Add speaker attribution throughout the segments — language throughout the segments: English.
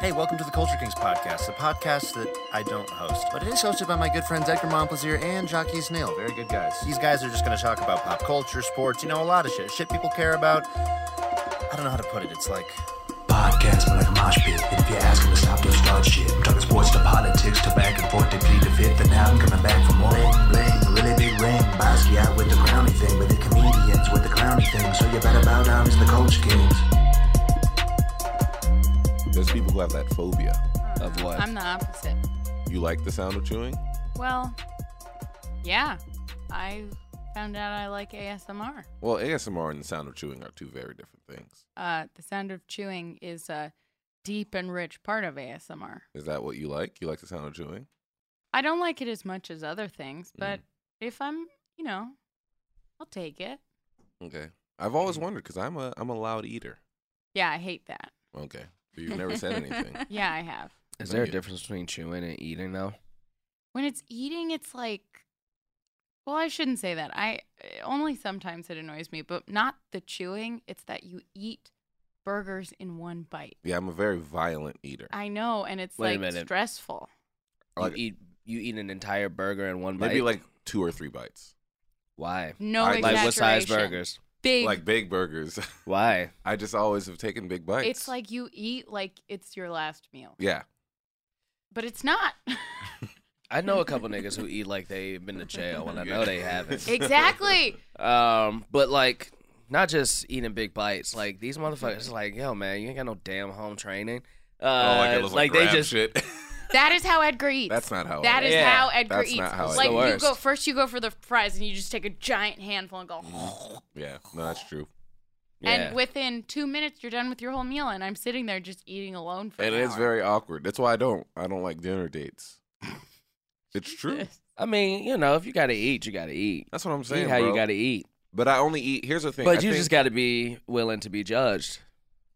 Speaker 1: Hey, welcome to the Culture Kings podcast, the podcast that I don't host, but it is hosted by my good friends Edgar Montplaisir and Jockey Snail. Very good guys. These guys are just going to talk about pop culture, sports, you know, a lot of shit. Shit people care about. I don't know how to put it. It's like
Speaker 2: Podcast but like a mosh pit. And if you ask them to stop, they'll start shit. I'm talking sports to politics to back and forth. They plead the fifth, and now I'm coming back for more. Bling, bling, a really big ring. Basquiat with the crowny thing, but the comedians with the clowny thing. So you better bow down as the coach kings.
Speaker 3: There's people who have that phobia of what?
Speaker 4: Mm, I'm the opposite.
Speaker 3: you like the sound of chewing?
Speaker 4: Well, yeah, I found out I like ASMR.
Speaker 3: Well, ASMR and the sound of chewing are two very different things.
Speaker 4: Uh, the sound of chewing is a deep and rich part of ASMR.
Speaker 3: Is that what you like? You like the sound of chewing?
Speaker 4: I don't like it as much as other things, but if I'm, you know, I'll take it.
Speaker 3: Okay. I've
Speaker 4: Mm.
Speaker 3: always wondered because I'm a I'm a loud eater.
Speaker 4: Yeah, I hate that.
Speaker 3: Okay. But you've never said anything.
Speaker 4: Yeah, I have.
Speaker 5: Is
Speaker 3: Thank
Speaker 5: there a
Speaker 3: you.
Speaker 5: difference between chewing and eating though?
Speaker 4: When it's eating, it's like, well, I shouldn't say that. I only sometimes it annoys me, but not the chewing. It's that you eat burgers in one bite.
Speaker 3: Yeah, I'm a very violent eater.
Speaker 4: I know, and it's
Speaker 5: Wait a
Speaker 4: like
Speaker 5: minute.
Speaker 4: stressful.
Speaker 3: Like-
Speaker 5: you eat you eat an entire burger in one bite.
Speaker 3: Maybe like two or three bites.
Speaker 5: why?
Speaker 4: No
Speaker 3: I-
Speaker 5: Like
Speaker 4: exaggeration.
Speaker 5: what size burgers?
Speaker 4: Big.
Speaker 3: Like big burgers.
Speaker 5: Why?
Speaker 3: I just always have taken big bites.
Speaker 4: it's like you eat like it's your last meal,
Speaker 3: Yeah.
Speaker 4: but it's not.
Speaker 5: I know a couple niggas who eat like they've been to jail, and I know they haven't.
Speaker 4: exactly.
Speaker 5: Um, but like not just eating big bites. Like these motherfuckers, like yo man, you ain't got no damn home training. Uh,
Speaker 3: oh, like, a little
Speaker 5: like they
Speaker 3: grab
Speaker 5: just
Speaker 3: shit.
Speaker 4: That is how Edgar eats.
Speaker 3: That's not how.
Speaker 4: That
Speaker 3: I
Speaker 4: is
Speaker 5: Yeah,
Speaker 4: how Edgar
Speaker 3: that's
Speaker 4: eats.
Speaker 3: not how I
Speaker 4: like
Speaker 5: eat.
Speaker 4: you
Speaker 5: It's the
Speaker 4: go
Speaker 5: worst.
Speaker 4: first, you go for the fries, and you just take a giant handful and go.
Speaker 3: Yeah. No, that's true.
Speaker 5: yeah.
Speaker 4: And within two minutes, you're done with your whole meal, and I'm sitting there just eating alone for.
Speaker 3: And
Speaker 4: an
Speaker 3: it's
Speaker 4: hour.
Speaker 3: very awkward. That's why I don't. I don't like dinner dates. It's true.
Speaker 5: I mean, you know, if you gotta eat, you gotta eat.
Speaker 3: That's what I'm
Speaker 5: See
Speaker 3: saying.
Speaker 5: how you
Speaker 3: bro.
Speaker 5: gotta eat.
Speaker 3: But I only eat. Here's the thing.
Speaker 5: But
Speaker 3: I
Speaker 5: you
Speaker 3: think
Speaker 5: just gotta be willing to be judged.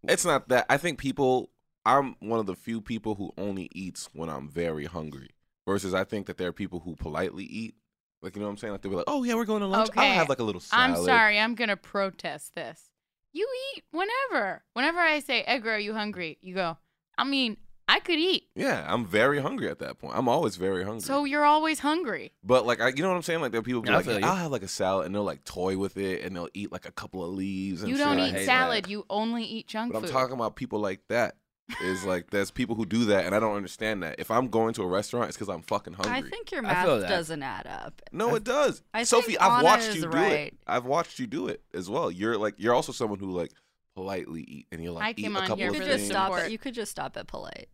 Speaker 3: It's not that. I think people. I'm one of the few people who only eats when I'm very hungry. Versus, I think that there are people who politely eat. Like you know what I'm saying? Like they'll be like, "Oh yeah, we're going to lunch.
Speaker 4: Okay.
Speaker 3: I'll have like a little
Speaker 4: I'm
Speaker 3: salad."
Speaker 4: sorry. I'm gonna protest this. You eat whenever. Whenever I say, Edgar, are you hungry? You go. I mean, I could eat.
Speaker 3: Yeah, I'm very hungry at that point. I'm always very hungry.
Speaker 4: So you're always hungry.
Speaker 3: but like, I, you know what I'm saying? Like there are people who
Speaker 5: I
Speaker 3: like,
Speaker 5: feel you.
Speaker 3: "I'll have like a salad," and they'll like toy with it, and they'll eat like a couple of leaves. And
Speaker 4: You
Speaker 3: shit.
Speaker 4: don't
Speaker 3: I
Speaker 4: eat
Speaker 3: hate that.
Speaker 4: salad. You only eat junk
Speaker 3: But I'm
Speaker 4: food.
Speaker 3: talking about people like that. Is like there's people who do that, and I don't understand that. If I'm going to a restaurant, it's because I'm fucking hungry.
Speaker 6: I think your
Speaker 5: I feel
Speaker 6: math
Speaker 5: that.
Speaker 6: doesn't add up.
Speaker 3: No, it does.
Speaker 6: I
Speaker 3: Sophie,
Speaker 6: think
Speaker 3: I've
Speaker 6: Anna
Speaker 3: watched
Speaker 6: is
Speaker 3: you do it.
Speaker 6: right.
Speaker 3: I've watched you do it as well. You're like you're also someone who like politely eat and you're
Speaker 4: I
Speaker 3: like eat
Speaker 4: came
Speaker 3: a
Speaker 4: on
Speaker 3: couple
Speaker 4: here
Speaker 6: You
Speaker 3: of
Speaker 4: for
Speaker 6: could
Speaker 4: the
Speaker 3: things.
Speaker 6: just stop
Speaker 4: support.
Speaker 6: it. You could just stop at polite.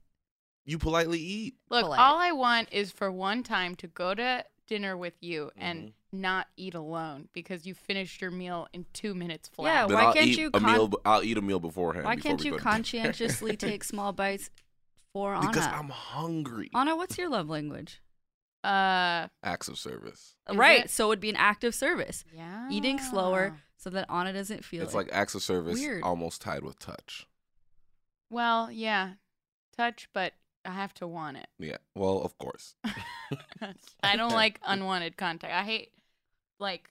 Speaker 3: You politely eat.
Speaker 4: Look,
Speaker 6: polite.
Speaker 4: all I want is for one time to go to dinner with you and
Speaker 3: Mm-hmm.
Speaker 4: not eat alone because you finished your meal in two minutes flat.
Speaker 6: Yeah,
Speaker 3: Then
Speaker 6: why
Speaker 3: I'll
Speaker 6: can't
Speaker 3: eat
Speaker 6: you
Speaker 3: a
Speaker 6: con-
Speaker 3: meal b- I'll eat a meal beforehand.
Speaker 6: Why
Speaker 3: before
Speaker 6: can't
Speaker 3: we
Speaker 6: you
Speaker 3: go to dinner.
Speaker 6: conscientiously take small bites for Anna?
Speaker 3: Because I'm hungry.
Speaker 6: Anna, what's your love language?
Speaker 4: Uh,
Speaker 3: Acts of service.
Speaker 4: Is
Speaker 6: right. Ah.
Speaker 4: it-
Speaker 6: So it would be an act of service.
Speaker 4: yeah.
Speaker 6: Eating slower so that Anna doesn't feel
Speaker 3: It's
Speaker 6: it.
Speaker 3: like acts of service
Speaker 6: Weird.
Speaker 3: almost tied with touch.
Speaker 4: Well, yeah. Touch, but I have to want it.
Speaker 3: Yeah. Well, of course.
Speaker 4: I don't like unwanted contact. I hate like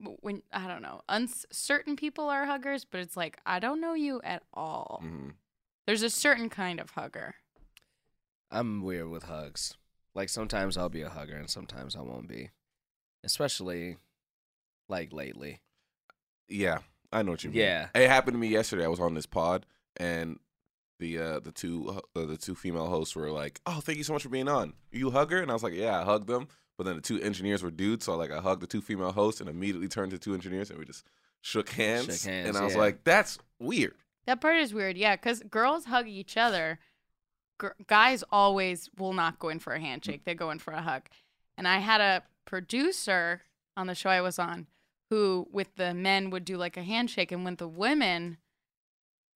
Speaker 4: w- when I don't know. Uns- certain people are huggers, but it's like I don't know you at all.
Speaker 3: hmm
Speaker 4: There's a certain kind of hugger.
Speaker 5: I'm weird with hugs. Like sometimes I'll be a hugger and sometimes I won't be. Especially like lately.
Speaker 3: Yeah. I know what you mean.
Speaker 5: Yeah.
Speaker 3: It happened to me yesterday. I was on this pod and the uh, the two uh, the two female hosts were like, "Oh, thank you so much for being on. You hug her?" And I was like, "Yeah, I hugged them." But then the two engineers were dudes, so like I hugged the two female hosts and immediately turned to two engineers and we just shook hands.
Speaker 5: Shook hands,
Speaker 3: and I was
Speaker 5: yeah.
Speaker 3: like, "That's weird."
Speaker 4: That part is weird, yeah, because girls hug each other. Gr- guys always will not go in for a
Speaker 5: Mm.
Speaker 4: handshake; they go in for a hug. And I had a producer on the show I was on who, with the men, would do like a handshake, and with the women,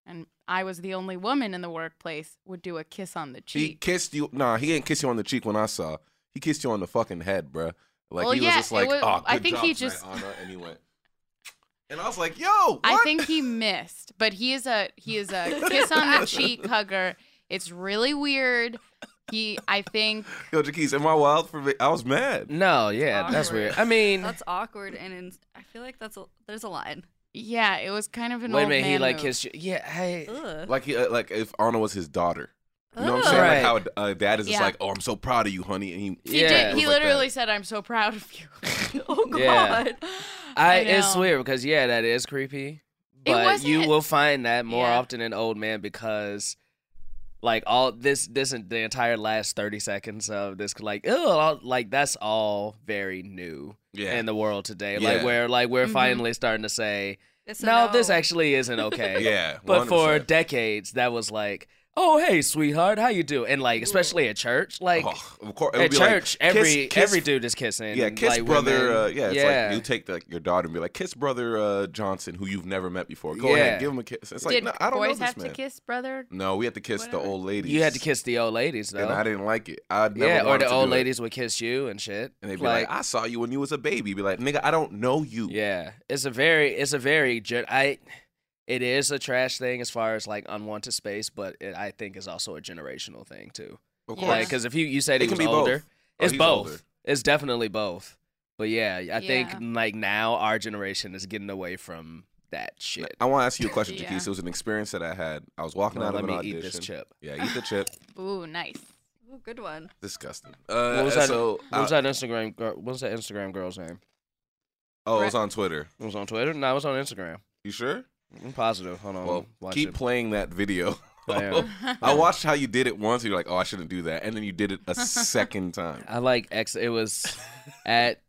Speaker 4: and I was the only woman in the workplace, would do a kiss on the
Speaker 3: He
Speaker 4: cheek.
Speaker 3: kissed you. Nah, he didn't kiss you on the cheek when I saw. He kissed you on the fucking head, bruh. Like
Speaker 4: Well,
Speaker 3: he
Speaker 4: yeah,
Speaker 3: was just like,
Speaker 4: it was-
Speaker 3: "Oh, good
Speaker 4: I think
Speaker 3: job
Speaker 4: he
Speaker 3: tonight,
Speaker 4: just-
Speaker 3: Anna," and he went. And I was like, "Yo, what?
Speaker 4: I think he missed, but he is a he is a kiss on the cheek hugger. It's really weird. He, I think,
Speaker 3: Yo, Jaquise, am I wild for? me? I was mad.
Speaker 5: No, yeah, that's
Speaker 6: Awkward.
Speaker 5: weird. I mean,
Speaker 6: That's awkward, and in, I feel like that's a, there's a line.
Speaker 4: yeah, it was kind of an
Speaker 5: wait a
Speaker 4: old
Speaker 5: minute,
Speaker 4: man
Speaker 5: he like
Speaker 4: move.
Speaker 5: kissed you. Yeah, hey.
Speaker 6: Ugh.
Speaker 3: Like he, uh, like if Anna was his daughter.
Speaker 6: Ugh.
Speaker 3: know what I'm saying?
Speaker 5: Right.
Speaker 3: Like how a, a dad is just
Speaker 4: Oh. Yeah.
Speaker 3: like, oh, I'm so proud of you, honey. And he,
Speaker 4: He
Speaker 5: Yeah.
Speaker 4: did.
Speaker 3: It was
Speaker 4: He
Speaker 3: like
Speaker 4: literally
Speaker 3: that.
Speaker 4: said, "I'm so proud of you."
Speaker 6: oh god.
Speaker 5: Yeah. I, it's
Speaker 4: know.
Speaker 5: weird because yeah, that is creepy.
Speaker 4: It
Speaker 5: But you
Speaker 4: wasn't-
Speaker 5: will find that more
Speaker 4: Yeah.
Speaker 5: often in old man because like all this this the entire last 30 seconds of this like oh like that's all very new
Speaker 3: yeah.
Speaker 5: in the world today.
Speaker 3: Yeah.
Speaker 5: Like where like we're
Speaker 4: Mhm.
Speaker 5: finally starting to say
Speaker 6: It's a
Speaker 5: no, this actually isn't okay.
Speaker 3: yeah.
Speaker 5: But for
Speaker 3: 100%.
Speaker 5: decades that was like oh hey sweetheart how you do and like especially at church like
Speaker 3: Oh, of course, it would
Speaker 5: at
Speaker 3: be like, kiss-
Speaker 5: church every
Speaker 3: kiss
Speaker 5: every dude is kissing
Speaker 3: Yeah, kiss
Speaker 5: like,
Speaker 3: brother.
Speaker 5: women.
Speaker 3: Uh, yeah, it's like you take like your daughter and be like, kiss brother uh, Johnson, who you've never met before. Go
Speaker 5: Yeah.
Speaker 3: ahead, give him a kiss. It's like,
Speaker 4: did
Speaker 3: no, I don't know
Speaker 4: boys
Speaker 3: this
Speaker 4: have
Speaker 3: man.
Speaker 4: to kiss brother?
Speaker 3: No, we had to kiss
Speaker 4: Whatever.
Speaker 3: the old ladies.
Speaker 5: You had to kiss the old ladies though.
Speaker 3: and I didn't like it. I never
Speaker 5: yeah, or
Speaker 3: wanted
Speaker 5: the
Speaker 3: to
Speaker 5: old
Speaker 3: do it.
Speaker 5: ladies would kiss you and shit.
Speaker 3: and they'd be like, "I saw you when you was a baby." Be like, "Nigga, I don't know you."
Speaker 5: yeah, it's a very, it's a very, gen- I, it is a trash thing as far as like unwanted space, but it, I think is also a generational thing too.
Speaker 3: of
Speaker 4: Yeah.
Speaker 3: course.
Speaker 5: Like, because if you you said
Speaker 3: It
Speaker 5: he
Speaker 3: can
Speaker 5: was
Speaker 3: be both.
Speaker 5: older,
Speaker 3: Oh,
Speaker 5: it's
Speaker 3: he's
Speaker 5: both.
Speaker 3: older.
Speaker 5: It's definitely both. But yeah, I think
Speaker 4: Yeah.
Speaker 5: like now our generation is getting away from that shit.
Speaker 3: I want to ask you a question,
Speaker 4: Yeah.
Speaker 3: Jaquise. It was an experience that I had. I was walking
Speaker 5: Now
Speaker 3: out of
Speaker 5: let
Speaker 3: an
Speaker 5: me
Speaker 3: audition.
Speaker 5: eat this chip.
Speaker 3: Yeah, eat the chip.
Speaker 4: Ooh, nice.
Speaker 6: Ooh, good one.
Speaker 3: Disgusting. Uh,
Speaker 5: What was that-
Speaker 3: So, uh,
Speaker 5: What was
Speaker 3: I-
Speaker 5: that Instagram? girl- What was that Instagram girl's name?
Speaker 3: Oh, it was on Twitter.
Speaker 5: It was on Twitter. No, it was on Instagram.
Speaker 3: You sure?
Speaker 5: I'm positive. Hold on.
Speaker 3: well,
Speaker 5: Oh, watch
Speaker 3: keep
Speaker 5: it.
Speaker 3: playing that video.
Speaker 5: I am.
Speaker 3: I watched how you did it once. And you're like, "Oh, I shouldn't do that," and then you did it a second time.
Speaker 5: I like X. It was at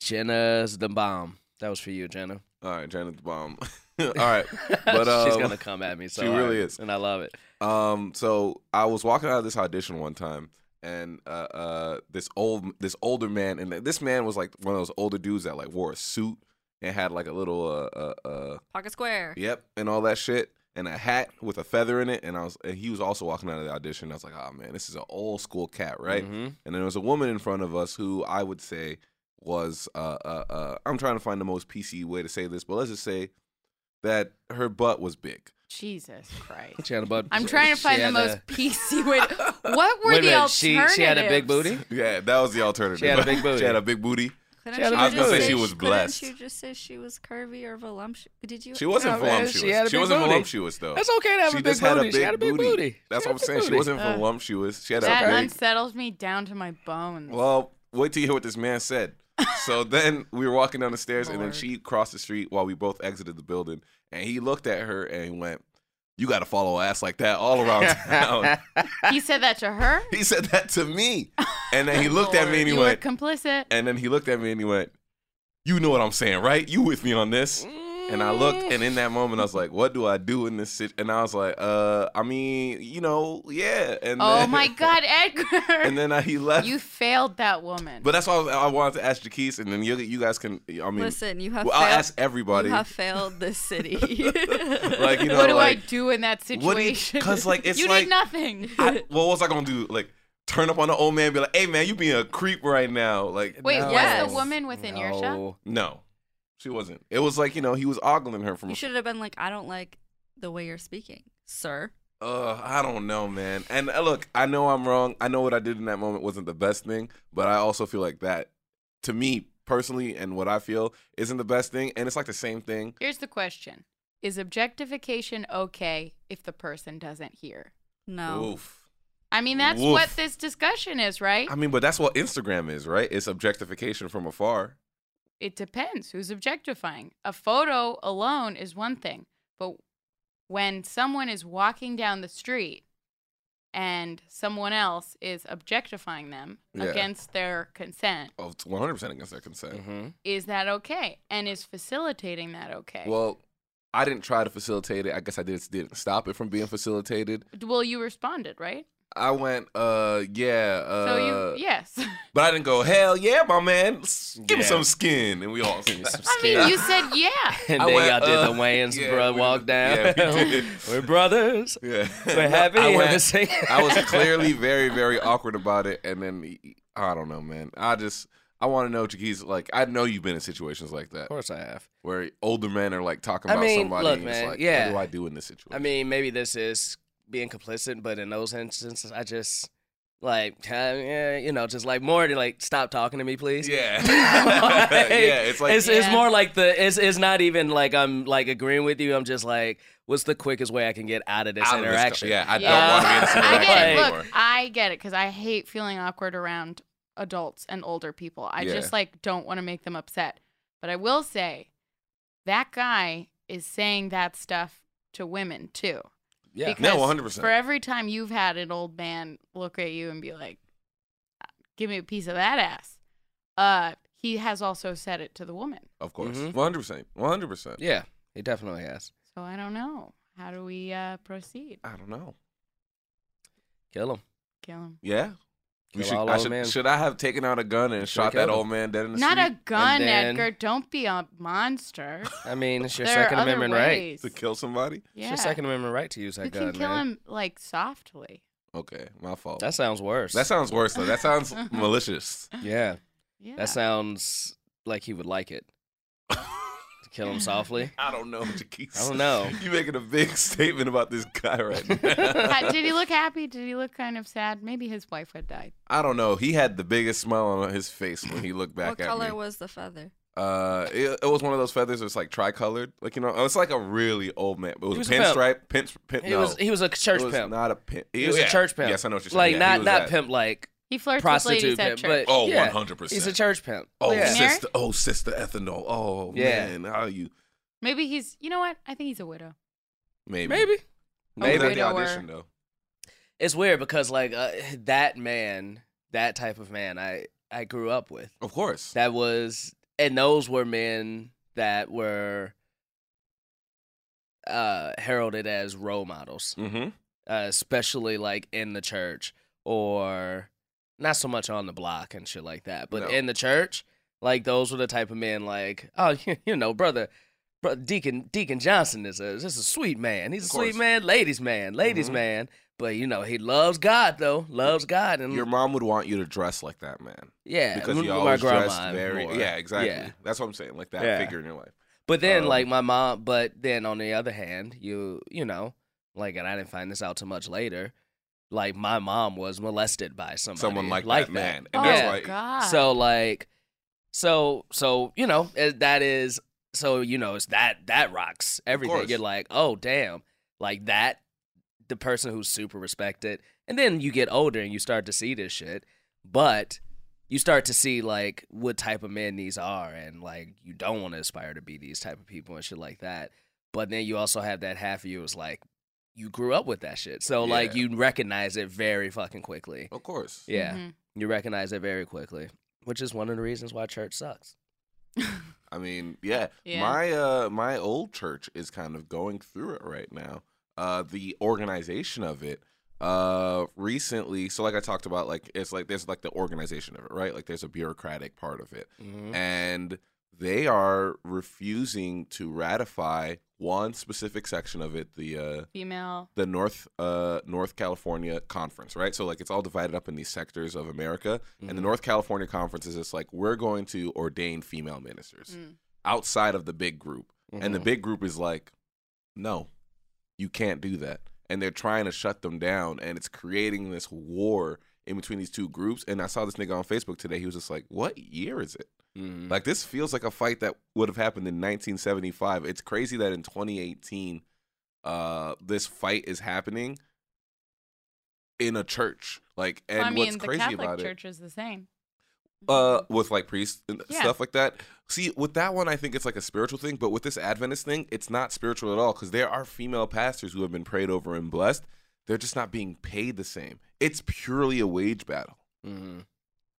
Speaker 5: Jenna's the bomb. That was for you, Jenna.
Speaker 3: All right, Janet the bomb. All right. But,
Speaker 5: she's
Speaker 3: um,
Speaker 5: gonna come at me. So
Speaker 3: she really
Speaker 5: hard,
Speaker 3: is.
Speaker 5: and I love it.
Speaker 3: Um, so I was walking out of this audition one time, and uh, uh, this old, this older man, and this man was like one of those older dudes that like wore a suit and had like a little, uh, uh, uh
Speaker 6: Pocket square.
Speaker 3: yep, and all that shit, and a hat with a feather in it. And I was, and he was also walking out of the audition. I was like, oh man, this is an old school cat, right?
Speaker 5: Mhm.
Speaker 3: And there was a woman in front of us who I would say was, uh, uh, uh, I'm trying to find the most PC way to say this, but let's just say that her butt was big.
Speaker 4: Jesus Christ.
Speaker 5: She had a butt.
Speaker 4: I'm trying to
Speaker 5: she
Speaker 4: find the
Speaker 5: had
Speaker 4: most
Speaker 5: a-
Speaker 4: PC way. to- What were
Speaker 5: Wait a
Speaker 4: the
Speaker 5: minute,
Speaker 4: alternatives?
Speaker 5: she, she had a big booty.
Speaker 3: Yeah, that was the alternative.
Speaker 5: She had a big booty.
Speaker 3: she had a big booty.
Speaker 6: Couldn't
Speaker 5: She had
Speaker 6: you
Speaker 5: a I was
Speaker 6: just
Speaker 5: gonna say
Speaker 3: she was
Speaker 6: couldn't
Speaker 3: blessed.
Speaker 6: you just say she was curvy or voluptuous? Did you?
Speaker 3: She wasn't
Speaker 5: No, man,
Speaker 3: voluptuous.
Speaker 5: she
Speaker 3: She,
Speaker 5: had a big
Speaker 3: wasn't
Speaker 5: booty.
Speaker 3: voluptuous though.
Speaker 5: That's okay to have
Speaker 3: she
Speaker 5: a big
Speaker 3: just
Speaker 5: booty.
Speaker 3: had a big,
Speaker 5: she had a big booty.
Speaker 3: That's
Speaker 5: She
Speaker 3: what I'm
Speaker 5: had a
Speaker 3: saying.
Speaker 5: big
Speaker 3: She
Speaker 5: booty.
Speaker 3: wasn't
Speaker 4: Ugh.
Speaker 3: voluptuous. She had
Speaker 4: That
Speaker 3: a big.
Speaker 4: unsettles me down to my bones.
Speaker 3: well, wait till you hear what this man said. So then we were walking down the stairs, and then
Speaker 4: Lord.
Speaker 3: she crossed the street while we both exited the building, and he looked at her and he went, "You got to follow ass like that all around town."
Speaker 4: he said that to her.
Speaker 3: he said that to me, and then he looked at me and he
Speaker 4: you
Speaker 3: went,
Speaker 4: were complicit.
Speaker 3: and then he looked at me and he went, "You know what I'm saying, right? You with me on this?" And I looked, and in that moment, I was like, "What do I do in this?" Sit-? And I was like, "Uh, I mean, you know, yeah." And
Speaker 4: Oh
Speaker 3: then,
Speaker 4: my God, Edgar!
Speaker 3: And then I, he left.
Speaker 4: you failed that woman.
Speaker 3: but that's why I, was- I wanted to ask Jaquise, and then you, you guys can. I mean,
Speaker 6: Listen, you have
Speaker 3: well,
Speaker 6: failed.
Speaker 3: I'll ask everybody.
Speaker 6: You have failed this city.
Speaker 3: like you know,
Speaker 4: what do
Speaker 3: like,
Speaker 4: I do in that
Speaker 3: what do you-
Speaker 4: situation?
Speaker 3: 'cause, like, it's
Speaker 4: you
Speaker 3: like-
Speaker 4: did nothing.
Speaker 3: I- what was I gonna do? Like, turn up on the old man, and be like, "Hey, man, you being a creep right now." Like,
Speaker 4: Wait,
Speaker 5: No.
Speaker 4: was
Speaker 6: Yes.
Speaker 4: the woman within your earshot?
Speaker 5: No.
Speaker 3: no, she wasn't. It was like you know, he was ogling her from
Speaker 6: you should have been like, I don't like the way you're speaking, sir.
Speaker 3: Uh, I don't know, man. And uh, look, I know I'm wrong. I know what I did in that moment wasn't the best thing, but I also feel like that, to me personally, and what I feel isn't the best thing. And it's like the same thing.
Speaker 4: Here's the question: Is objectification okay if the person doesn't hear?
Speaker 6: No.
Speaker 3: Oof.
Speaker 4: I mean, that's
Speaker 3: Woof.
Speaker 4: what this discussion is, right?
Speaker 3: I mean, but that's what Instagram is, right? It's objectification from afar.
Speaker 4: it depends who's objectifying. A photo alone is one thing, but when someone is walking down the street and someone else is objectifying them
Speaker 3: Yeah.
Speaker 4: against their consent,
Speaker 3: Oh, it's 100% against their consent.
Speaker 5: Mm-hmm.
Speaker 4: is that okay? And is facilitating that okay?
Speaker 3: Well, I didn't try to facilitate it. I guess I did, didn't stop it from being facilitated.
Speaker 4: well, you responded, right?
Speaker 3: I went, uh, yeah. Uh,
Speaker 4: so you, yes.
Speaker 3: But I didn't go, hell yeah, my man. S- Give me
Speaker 5: Yeah.
Speaker 3: some skin. And we all.
Speaker 4: I mean, you said yeah.
Speaker 5: And
Speaker 3: I
Speaker 5: then
Speaker 3: went,
Speaker 5: y'all did
Speaker 3: uh,
Speaker 5: the Wayans
Speaker 3: yeah,
Speaker 5: bro
Speaker 3: we-
Speaker 5: walk down.
Speaker 3: yeah, we did.
Speaker 5: are brothers.
Speaker 3: Yeah.
Speaker 5: We're happy.
Speaker 3: I,
Speaker 5: We're
Speaker 3: went-
Speaker 5: the same.
Speaker 3: I was clearly very, very awkward about it. And then, I don't know, man. I just, I want to know, Jaquise, like, I know you've been in situations like that
Speaker 5: Of course, I have.
Speaker 3: where older men are like talking
Speaker 5: I
Speaker 3: about
Speaker 5: mean,
Speaker 3: somebody.
Speaker 5: look,
Speaker 3: and it's
Speaker 5: man,
Speaker 3: like,
Speaker 5: yeah.
Speaker 3: What do I do in this situation?
Speaker 5: I mean, maybe this is being complicit, but in those instances, I just like uh, yeah, you know, just like more to like stop talking to me, please.
Speaker 3: Yeah.
Speaker 5: Like,
Speaker 3: yeah. It's like
Speaker 5: it's, it's
Speaker 4: Yeah.
Speaker 5: more like the it's it's not even like I'm like agreeing with you. I'm just like, what's the quickest way I can get out of this
Speaker 3: out of this-
Speaker 5: interaction?
Speaker 3: yeah, I don't
Speaker 4: Yeah.
Speaker 3: want to be in this
Speaker 4: I get it.
Speaker 3: interaction
Speaker 4: Look,
Speaker 3: anymore.
Speaker 4: I get it because I hate feeling awkward around adults and older people. I
Speaker 3: Yeah.
Speaker 4: just like don't want to make them upset. But I will say that guy is saying that stuff to women too.
Speaker 5: Yeah.
Speaker 4: Because
Speaker 3: No, 100%.
Speaker 4: For every time you've had an old man look at you and be like, "Give me a piece of that ass," uh, he has also said it to the woman.
Speaker 3: Of course,
Speaker 5: Mhm.
Speaker 3: one hundred percent, one hundred percent.
Speaker 5: yeah, he definitely has.
Speaker 4: So I don't know. How do we uh, proceed?
Speaker 3: I don't know.
Speaker 5: Kill him.
Speaker 4: Kill him.
Speaker 3: Yeah, we
Speaker 5: Kill
Speaker 3: should,
Speaker 5: all
Speaker 3: I
Speaker 5: old
Speaker 3: should,
Speaker 5: men.
Speaker 3: should I have taken out a gun and shot
Speaker 5: killed
Speaker 3: that
Speaker 5: him.
Speaker 3: old man dead in the
Speaker 4: Not
Speaker 3: street
Speaker 4: a gun,
Speaker 5: then-
Speaker 4: Edgar. Don't be a monster.
Speaker 5: I mean, it's your
Speaker 4: There are
Speaker 5: Second
Speaker 4: other
Speaker 5: Amendment right.
Speaker 4: ways.
Speaker 3: to kill somebody?
Speaker 4: Yeah.
Speaker 5: It's your Second Amendment right to use that
Speaker 4: you
Speaker 5: gun,
Speaker 4: can kill
Speaker 5: man.
Speaker 4: him like softly.
Speaker 3: Okay, my fault.
Speaker 5: That sounds worse.
Speaker 3: that sounds worse though. That sounds malicious.
Speaker 5: yeah.
Speaker 4: Yeah.
Speaker 5: That sounds like he would like it. to kill him softly.
Speaker 3: I don't know, Jaquise.
Speaker 5: I don't know.
Speaker 3: You're making a big statement about this guy right
Speaker 4: Ha-
Speaker 3: now.
Speaker 4: Did he look happy? Did he look kind of sad? Maybe his wife had died.
Speaker 3: I don't know. He had the biggest smile on his face when he looked back
Speaker 6: what
Speaker 3: at
Speaker 6: color
Speaker 3: me.
Speaker 6: was the feather?
Speaker 3: uh, it, it was one of those feathers that's like tricolored, like you know, it's like a really old man. It was,
Speaker 5: He was
Speaker 3: a
Speaker 5: a pimp.
Speaker 3: pinstripe, pin, pin,
Speaker 5: He
Speaker 3: no,
Speaker 5: was he was a church
Speaker 3: it was
Speaker 5: pimp.
Speaker 3: Not a pimp.
Speaker 5: he was a church pimp.
Speaker 3: Yes, I know what you're saying.
Speaker 5: Like
Speaker 3: Yeah, he
Speaker 5: not
Speaker 3: was
Speaker 5: not
Speaker 3: that.
Speaker 5: pimp like
Speaker 4: He flirts with
Speaker 5: prostitute
Speaker 4: ladies
Speaker 5: pimp,
Speaker 4: at
Speaker 5: but
Speaker 4: church.
Speaker 3: Oh,
Speaker 5: yeah,
Speaker 3: 100%.
Speaker 5: He's a church pimp.
Speaker 3: Oh,
Speaker 5: yeah.
Speaker 4: Mary?
Speaker 3: sister. Oh, sister Ethanol. Oh,
Speaker 5: Yeah.
Speaker 3: man. How are you?
Speaker 4: Maybe he's. You know what? I think he's a widow.
Speaker 3: Maybe. I
Speaker 5: maybe.
Speaker 3: was
Speaker 5: Maybe.
Speaker 3: at the
Speaker 4: Widower.
Speaker 3: audition, though.
Speaker 5: It's weird because like uh, that man, that type of man, I I grew up with.
Speaker 3: Of course.
Speaker 5: That was and those were men that were uh heralded as role models,
Speaker 3: mm-hmm.
Speaker 5: uh, especially like in the church or not so much on the block and shit like that, but
Speaker 3: No.
Speaker 5: in the church, like those were the type of men like, oh, you, you know, brother, brother Deacon Deacon Johnson is a just a sweet man. He's
Speaker 3: Of
Speaker 5: a sweet
Speaker 3: course.
Speaker 5: man, ladies man, ladies
Speaker 3: Mhm.
Speaker 5: man. But you know, he loves God though, loves God, and
Speaker 3: Your mom would want you to dress like that, man.
Speaker 5: yeah,
Speaker 3: Because
Speaker 5: m-
Speaker 3: you
Speaker 5: my
Speaker 3: always dress
Speaker 5: grandma
Speaker 3: very.
Speaker 5: more.
Speaker 3: Yeah, exactly.
Speaker 5: Yeah.
Speaker 3: That's what I'm saying. Like that
Speaker 5: Yeah.
Speaker 3: figure in your life.
Speaker 5: But then,
Speaker 3: Um,
Speaker 5: like my mom. But then, on the other hand, you you know, like, and I didn't find this out till much later. Like my mom was molested by somebody,
Speaker 3: Someone like, that, man.
Speaker 4: Oh
Speaker 3: And that's why.
Speaker 4: God.
Speaker 5: So like, so so you know eh, that is so you know it's that that rocks everything.
Speaker 3: course.
Speaker 5: You're like, oh damn, like that. The person who's super respected, and then you get older and you start to see this shit, but you start to see like what type of men these are, and like you don't want to aspire to be these type of people and shit like that. But then you also have that half of you is like, you grew up with that shit, so like
Speaker 3: Yeah.
Speaker 5: you recognize it very fucking quickly.
Speaker 3: Of course.
Speaker 5: Yeah
Speaker 4: Mhm.
Speaker 5: you recognize it very quickly, which is one of the reasons why church sucks.
Speaker 3: I mean, yeah.
Speaker 4: Yeah.
Speaker 3: My uh my old church is kind of going through it right now. Uh the organization of it uh recently so like I talked about like it's like there's like the organization of it, right? Like there's a bureaucratic part of it.
Speaker 5: Mm-hmm.
Speaker 3: And they are refusing to ratify one specific section of it, the uh
Speaker 4: Female.
Speaker 3: the North uh, North California Conference, right? So like it's all divided up in these sectors of America, and the
Speaker 5: Mhm.
Speaker 3: North California Conference is just like we're going to ordain female ministers
Speaker 4: Mm.
Speaker 3: outside of the big group, and the
Speaker 5: Mm-hmm.
Speaker 3: big group is like, no, you can't do that, and they're trying to shut them down, and it's creating this war in between these two groups. And I saw this nigga on Facebook today. He was just like, "What year is it?
Speaker 4: Mm.
Speaker 5: Mhm.
Speaker 3: Like this feels like a fight that would have happened in 1975. It's crazy that in 2018, uh, this fight is happening in a church. Like, and
Speaker 4: Well, I mean,
Speaker 3: what's
Speaker 4: the
Speaker 3: crazy
Speaker 4: Catholic
Speaker 3: about it,
Speaker 4: Church is the same.
Speaker 3: uh, with like priests and
Speaker 4: Yeah.
Speaker 3: stuff like that. See, with that one, I think it's like a spiritual thing, but with this Adventist thing, it's not spiritual at all because there are female pastors who have been prayed over and blessed. They're just not being paid the same. It's purely a wage battle.
Speaker 4: Mm-hmm.
Speaker 5: Mhm.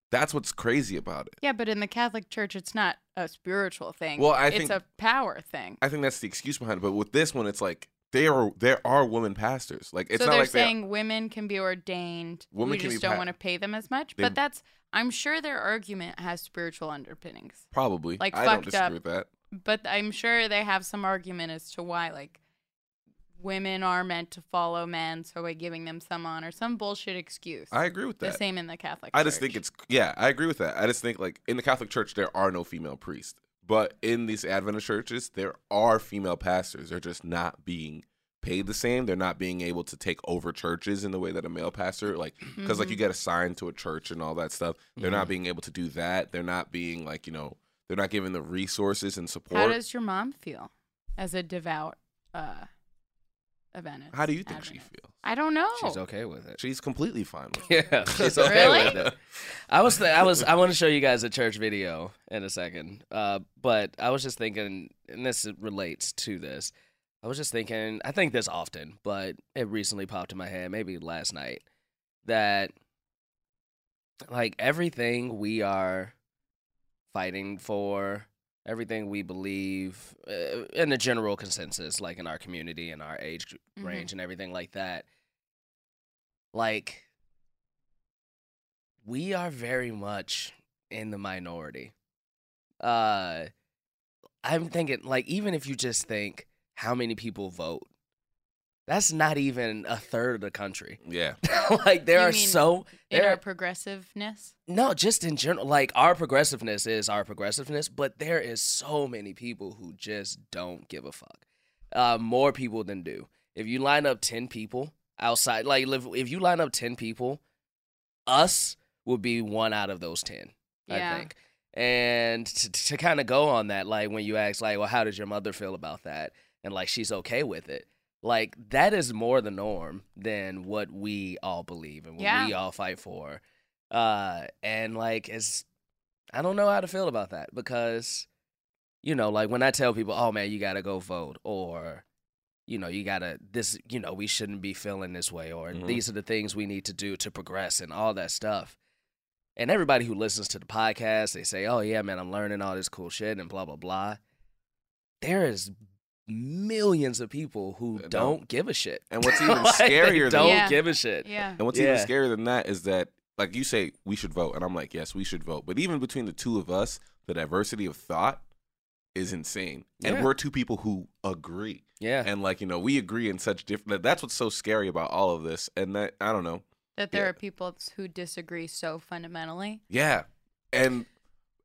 Speaker 3: That's what's crazy about it.
Speaker 4: Yeah, but in the Catholic Church, it's not a spiritual thing.
Speaker 3: Well, I
Speaker 4: it's
Speaker 3: think-
Speaker 4: a power thing.
Speaker 3: I think that's the excuse behind it. But with this one, it's like there are there are women pastors. Like it's
Speaker 4: so
Speaker 3: not
Speaker 4: they're
Speaker 3: like
Speaker 4: saying women can be ordained.
Speaker 3: Women
Speaker 4: we
Speaker 3: can
Speaker 4: just
Speaker 3: be
Speaker 4: don't
Speaker 3: pa-
Speaker 4: want to pay them as much.
Speaker 3: They-
Speaker 4: but that's, I'm sure their argument has spiritual underpinnings.
Speaker 3: they probably
Speaker 4: like,
Speaker 3: I don't
Speaker 4: fucked
Speaker 3: disagree
Speaker 4: up.
Speaker 3: with that.
Speaker 4: But I'm sure they have some argument as to why, like, women are meant to follow men, so by giving them some honor, some bullshit excuse.
Speaker 3: I agree with
Speaker 4: the
Speaker 3: that.
Speaker 4: same in the Catholic.
Speaker 3: I just think
Speaker 4: Church.
Speaker 3: it's yeah, I agree with that. I just think like in the Catholic Church there are no female priests, but in these Adventist churches there are female pastors. They're just not being paid the same. They're not being able to take over churches in the way that a male pastor like because like you
Speaker 4: Mm-hmm.
Speaker 3: get assigned to a church and all that stuff. They're not being able to do that. They're not being like you know they're not given the resources and support.
Speaker 4: How does your mom feel as a devout uh, Adventist?
Speaker 3: How do you think she
Speaker 4: Adventist?
Speaker 3: feels?
Speaker 4: I don't know.
Speaker 5: She's okay with it.
Speaker 3: She's completely fine with it.
Speaker 5: Yeah, she's okay
Speaker 4: Really?
Speaker 5: with it. I was, th- I was, I want to show you guys a church video in a second. Uh, but I was just thinking, and this relates to this. I was just thinking, I think this often, but it recently popped in my head, maybe last night, that like everything we are fighting for, everything we believe uh, in the general consensus, like in our community and our age gr-
Speaker 4: Mhm.
Speaker 5: range and everything like that, like we are very much in the minority. Uh, I'm thinking, like, even if you just think how many people vote, that's not even a third of the country.
Speaker 3: Yeah.
Speaker 5: like, there
Speaker 4: You
Speaker 5: are
Speaker 4: mean
Speaker 5: so
Speaker 4: In
Speaker 5: there
Speaker 4: our
Speaker 5: are
Speaker 4: progressiveness,
Speaker 5: no, just in general, like our progressiveness is our progressiveness, but there is so many people who just don't give a fuck. Uh, more people than do. If you line up ten people outside, like if, if you line up ten people, us would be one out of those ten. I
Speaker 4: Yeah.
Speaker 5: think. And to, to kind of go on that, like when you ask, like, well, how does your mother feel about that? And like, she's okay with it. Like, that is more the norm than what we all believe and what
Speaker 4: Yeah.
Speaker 5: we all fight for. Uh, and like, it's, I don't know how to feel about that because, you know, like when I tell people, oh man, you got to go vote or, you know, you got to, this, you know, we shouldn't be feeling this way or
Speaker 3: Mhm.
Speaker 5: these are the things we need to do to progress and all that stuff and everybody who listens to the podcast, they say, "Oh yeah, man, I'm learning all this cool shit and blah blah blah." There is millions of people who
Speaker 3: That
Speaker 5: don't,
Speaker 3: don't.
Speaker 5: give a shit,
Speaker 3: And what's even
Speaker 5: Like, they
Speaker 3: scarier than
Speaker 5: don't
Speaker 4: Yeah.
Speaker 5: give a shit.
Speaker 4: yeah,
Speaker 3: And what's
Speaker 5: Yeah.
Speaker 3: even scarier than that is that, like you say, we should vote, and I'm like, yes, we should vote. But even between the two of us, the diversity of thought is insane,
Speaker 5: Yeah.
Speaker 3: and we're two people who agree,
Speaker 5: Yeah,
Speaker 3: and like you know, we agree in such different. That's what's so scary about all of this, and that I don't know,
Speaker 4: that there
Speaker 3: Yeah.
Speaker 4: are people who disagree so fundamentally.
Speaker 3: yeah, and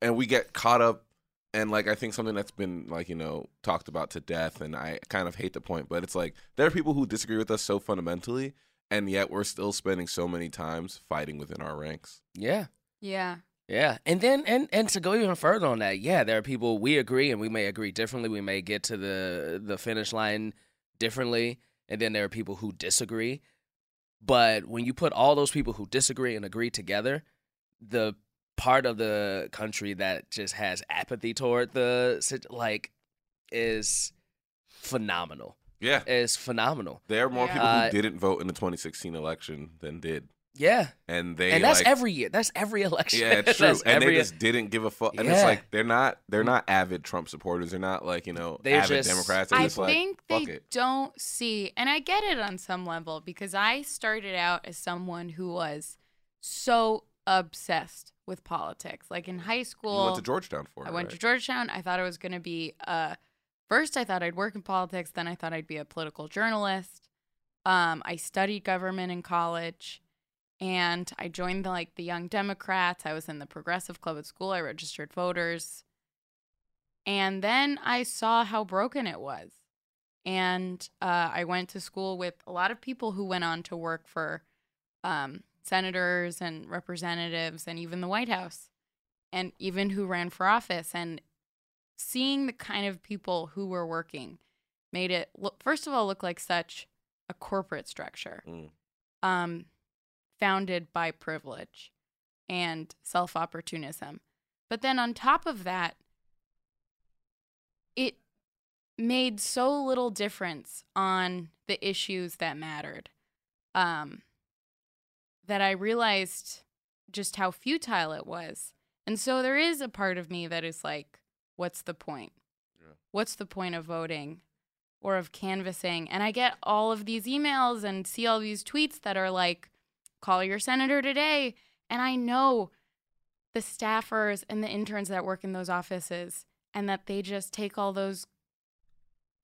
Speaker 3: and we get caught up. And like I think something that's been like you know talked about to death, and I kind of hate the point, but it's like there are people who disagree with us so fundamentally, and yet we're still spending so many times fighting within our ranks.
Speaker 5: yeah,
Speaker 4: Yeah,
Speaker 5: yeah. And then and and to go even further on that, yeah, there are people we agree and we may agree differently. We may get to the the finish line differently, and then there are people who disagree. But when you put all those people who disagree and agree together, the part of the country that just has apathy toward the sit- like is phenomenal.
Speaker 3: Yeah.
Speaker 5: Is phenomenal.
Speaker 3: There are more
Speaker 4: Yeah.
Speaker 3: people
Speaker 5: Uh,
Speaker 3: who didn't vote in the 2016 election than did.
Speaker 5: Yeah,
Speaker 3: And they
Speaker 5: and that's
Speaker 3: like,
Speaker 5: every year. That's every election.
Speaker 3: Yeah, it's true.
Speaker 5: That's
Speaker 3: and
Speaker 5: every-
Speaker 3: they just didn't give a fuck. And it's
Speaker 5: Yeah.
Speaker 3: like they're not they're not avid Trump supporters. They're not like, you know,
Speaker 5: They're
Speaker 3: avid
Speaker 5: just-
Speaker 3: Democrats. They're
Speaker 4: I
Speaker 3: just like
Speaker 4: think
Speaker 3: fuck
Speaker 4: they
Speaker 3: it.
Speaker 4: don't see, and I get it on some level because I started out as someone who was so obsessed with politics. Like in high
Speaker 3: You
Speaker 4: school,
Speaker 3: went to Georgetown for it.
Speaker 4: I went to
Speaker 3: right?
Speaker 4: Georgetown. I thought it was going to be uh first I thought I'd work in politics, then I thought I'd be a political journalist. Um I studied government in college and I joined the, like the Young Democrats. I was in the Progressive Club at school. I registered voters. And then I saw how broken it was. And uh, I went to school with a lot of people who went on to work for um, senators and representatives and even the White House and even who ran for office and seeing the kind of people who were working made it look first of all look like such a corporate structure
Speaker 3: Mm.
Speaker 4: um, founded by privilege and self opportunism. But then on top of that, it made so little difference on the issues that mattered um, that I realized just how futile it was. And so there is a part of me that is like, what's the point?
Speaker 3: Yeah.
Speaker 4: What's the point of voting? or of canvassing. And I get all of these emails and see all these tweets that are like, call your senator today. And I know the staffers and the interns that work in those offices and that they just take all those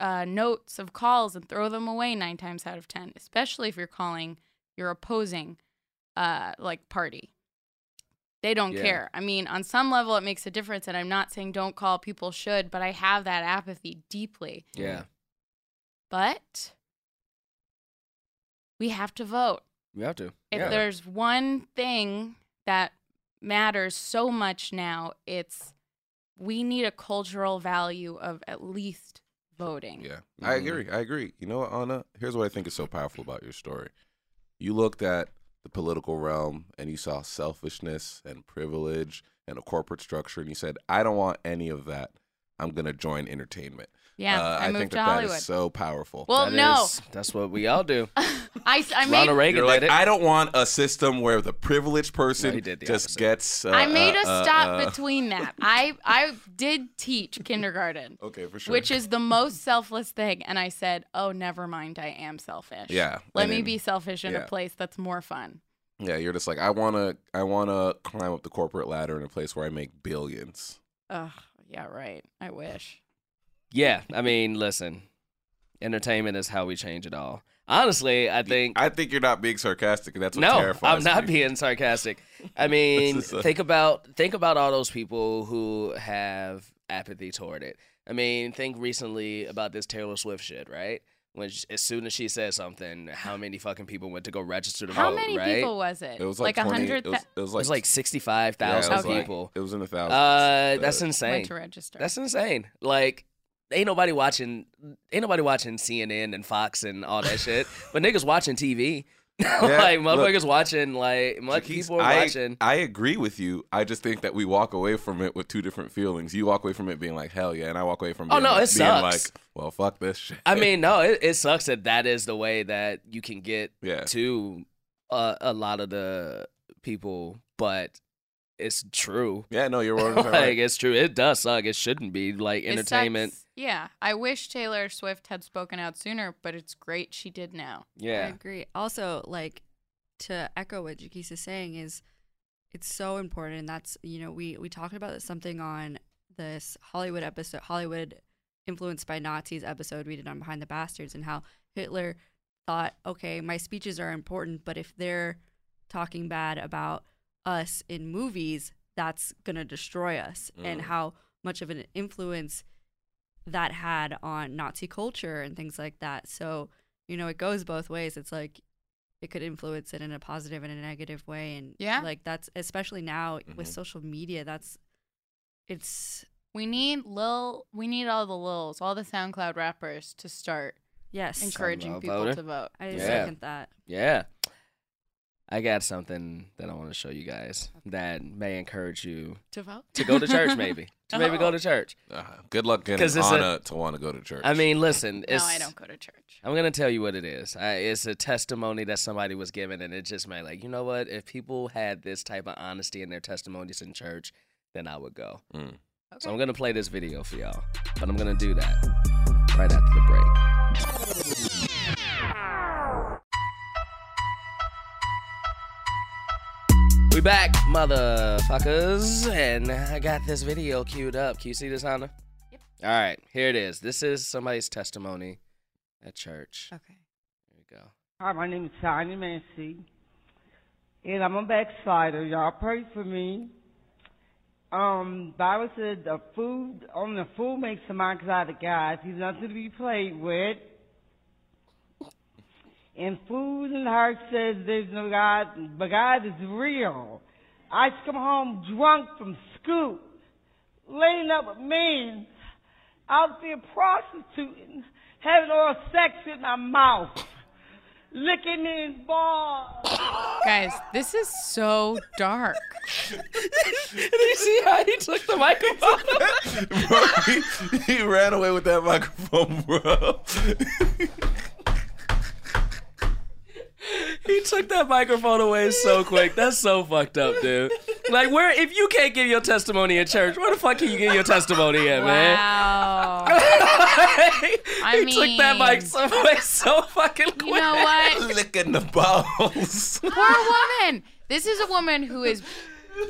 Speaker 4: uh, notes of calls and throw them away nine times out of 10, especially if you're calling your opposing uh, like party. They don't
Speaker 5: Yeah.
Speaker 4: care. I mean, on some level, it makes a difference. And I'm not saying don't call, people should, but I have that apathy deeply
Speaker 5: yeah.
Speaker 4: but we have to vote.
Speaker 5: You have to.
Speaker 4: If
Speaker 5: yeah.
Speaker 4: there's one thing that matters so much now, it's we need a cultural value of at least voting.
Speaker 3: Yeah, I
Speaker 5: Mhm.
Speaker 3: agree. I agree. You know what, Anna? Here's what I think is so powerful about your story. You looked at the political realm and you saw selfishness and privilege and a corporate structure, and you said, "I don't want any of that. I'm gonna join entertainment."
Speaker 4: Yeah,
Speaker 3: Uh,
Speaker 4: I, moved
Speaker 3: think
Speaker 4: to
Speaker 3: that
Speaker 4: Hollywood.
Speaker 3: that is so powerful.
Speaker 4: well,
Speaker 5: That
Speaker 4: no,
Speaker 5: is- that's what we all do.
Speaker 4: I, s- I made
Speaker 5: Ronald Reagan
Speaker 3: You're like,
Speaker 5: did it.
Speaker 3: I don't want a system where the privileged person
Speaker 5: he did the
Speaker 3: just
Speaker 5: opposite.
Speaker 3: gets. Uh,
Speaker 4: I made
Speaker 3: uh,
Speaker 4: a
Speaker 3: uh,
Speaker 4: stop
Speaker 3: uh,
Speaker 4: between that. I I did teach kindergarten,
Speaker 3: Okay, for sure.
Speaker 4: which is the most selfless thing, and I said, "Oh, never mind, I am selfish.
Speaker 3: Yeah,
Speaker 4: let
Speaker 3: and
Speaker 4: me
Speaker 3: then-
Speaker 4: be selfish in
Speaker 3: yeah.
Speaker 4: a place that's more fun."
Speaker 3: yeah, you're just like, I wanna, I wanna climb up the corporate ladder in a place where I make billions.
Speaker 4: Ugh, yeah, right. I wish.
Speaker 5: Yeah, I mean, listen, entertainment is how we change it all. Honestly, I think
Speaker 3: I think you're not being sarcastic, and that's what
Speaker 5: no,
Speaker 3: terrifies
Speaker 5: I'm not
Speaker 3: me.
Speaker 5: being sarcastic. I mean,
Speaker 3: is a-
Speaker 5: think about think about all those people who have apathy toward it. I mean, think recently about this Taylor Swift shit, right? When sh as soon as she said something, how many fucking people went to go register to
Speaker 4: How
Speaker 5: vote?
Speaker 4: many
Speaker 5: right?
Speaker 4: people was it?
Speaker 3: It was like,
Speaker 4: a
Speaker 3: 20
Speaker 4: hundred
Speaker 3: It was,
Speaker 4: thousand
Speaker 3: it was
Speaker 5: It
Speaker 3: like
Speaker 5: was like sixty-five
Speaker 3: yeah, it
Speaker 5: thousand
Speaker 3: was
Speaker 4: Okay.
Speaker 3: like-
Speaker 5: people.
Speaker 3: It was in the thousands.
Speaker 5: Uh, that's
Speaker 3: Uh,
Speaker 4: went
Speaker 5: insane.
Speaker 4: to register.
Speaker 5: That's insane. Like, ain't nobody watching, ain't nobody watching CNN and Fox and all that shit. But niggas watching TV. like
Speaker 3: look.
Speaker 5: motherfuckers watching. Like mu-
Speaker 3: Jaquez,
Speaker 5: people are
Speaker 3: I,
Speaker 5: watching.
Speaker 3: I agree with you. I just think that we walk away from it with two different feelings. You walk away from it being like hell yeah, and I walk away from
Speaker 5: Oh,
Speaker 3: being
Speaker 5: no,
Speaker 3: like,
Speaker 5: it
Speaker 3: being
Speaker 5: sucks.
Speaker 3: like well fuck this shit.
Speaker 5: I mean, no, it, it sucks that that is the way that you can get
Speaker 3: yeah,
Speaker 5: to uh, a lot of the people, but it's true.
Speaker 3: yeah, no, you're wrong.
Speaker 5: like it's true. It does suck. It shouldn't be like
Speaker 4: It
Speaker 5: entertainment.
Speaker 4: sucks. Yeah, I wish Taylor Swift had spoken out sooner, but it's great she did now.
Speaker 6: I
Speaker 5: Yeah.
Speaker 6: agree. Also, like to echo what Jakis is saying is it's so important and that's you know, we we talked about something on this Hollywood episode Hollywood influenced by Nazis episode we did on Behind the Bastards and how Hitler thought, okay, my speeches are important, but if they're talking bad about us in movies, that's gonna destroy us and
Speaker 3: Mm.
Speaker 6: how much of an influence that had on Nazi culture and things like that. So, you know, it goes both ways. It's like it could influence it in a positive and a negative way. And
Speaker 4: Yeah.
Speaker 6: like that's especially now with
Speaker 5: Mm-hmm.
Speaker 3: Mhm.
Speaker 6: social media, that's it's
Speaker 4: We need lil. We need all the lils, all the SoundCloud rappers to start
Speaker 6: yes.
Speaker 4: encouraging
Speaker 5: about
Speaker 4: people
Speaker 5: voter.
Speaker 4: to vote.
Speaker 6: I
Speaker 5: Yeah.
Speaker 6: second that.
Speaker 5: Yeah. I got something that I want to show you guys that may encourage you
Speaker 4: To vote.
Speaker 5: to go to church, maybe. To maybe go to church.
Speaker 3: Uh, good luck getting
Speaker 5: 'Cause it's a-
Speaker 3: Anna to want to go to church.
Speaker 5: I mean, listen.
Speaker 4: No,
Speaker 5: It's,
Speaker 4: I don't go to church.
Speaker 5: I'm gonna tell you what it is. I, it's a testimony that somebody was given, and it just made like, you know what? If people had this type of honesty in their testimonies in church, then I would go.
Speaker 3: Mm.
Speaker 5: So I'm gonna play this video for y'all, but I'm gonna do that right after the break. We back, motherfuckers, and I got this video queued up. Can you see this, Honda?
Speaker 4: Yep.
Speaker 5: All right, here it is. This is somebody's testimony at church.
Speaker 4: Okay.
Speaker 5: There we go.
Speaker 7: Hi, my name is Tiny Massey, and I'm a backslider. Y'all pray for me. Um, Bible said the food on the food makes a man exotic guys. He's nothing to be played with. And food and heart says there's no God, but God is real. I just come home drunk from school, laying up with men, out there prostituting, having oral sex in my mouth licking his balls.
Speaker 4: Guys, this is so dark.
Speaker 5: Did you see how he took the microphone?
Speaker 3: bro, he, he ran away with that microphone, bro.
Speaker 5: he took that microphone away so quick. That's so fucked up, dude. Like, where if you can't give your testimony at church, where the fuck can you give your testimony at, man?
Speaker 4: Wow.
Speaker 5: I he took that
Speaker 4: mean-
Speaker 5: mic so- away so fucking quick.
Speaker 4: You know what?
Speaker 3: Licking the balls.
Speaker 4: Poor woman. This is a woman who is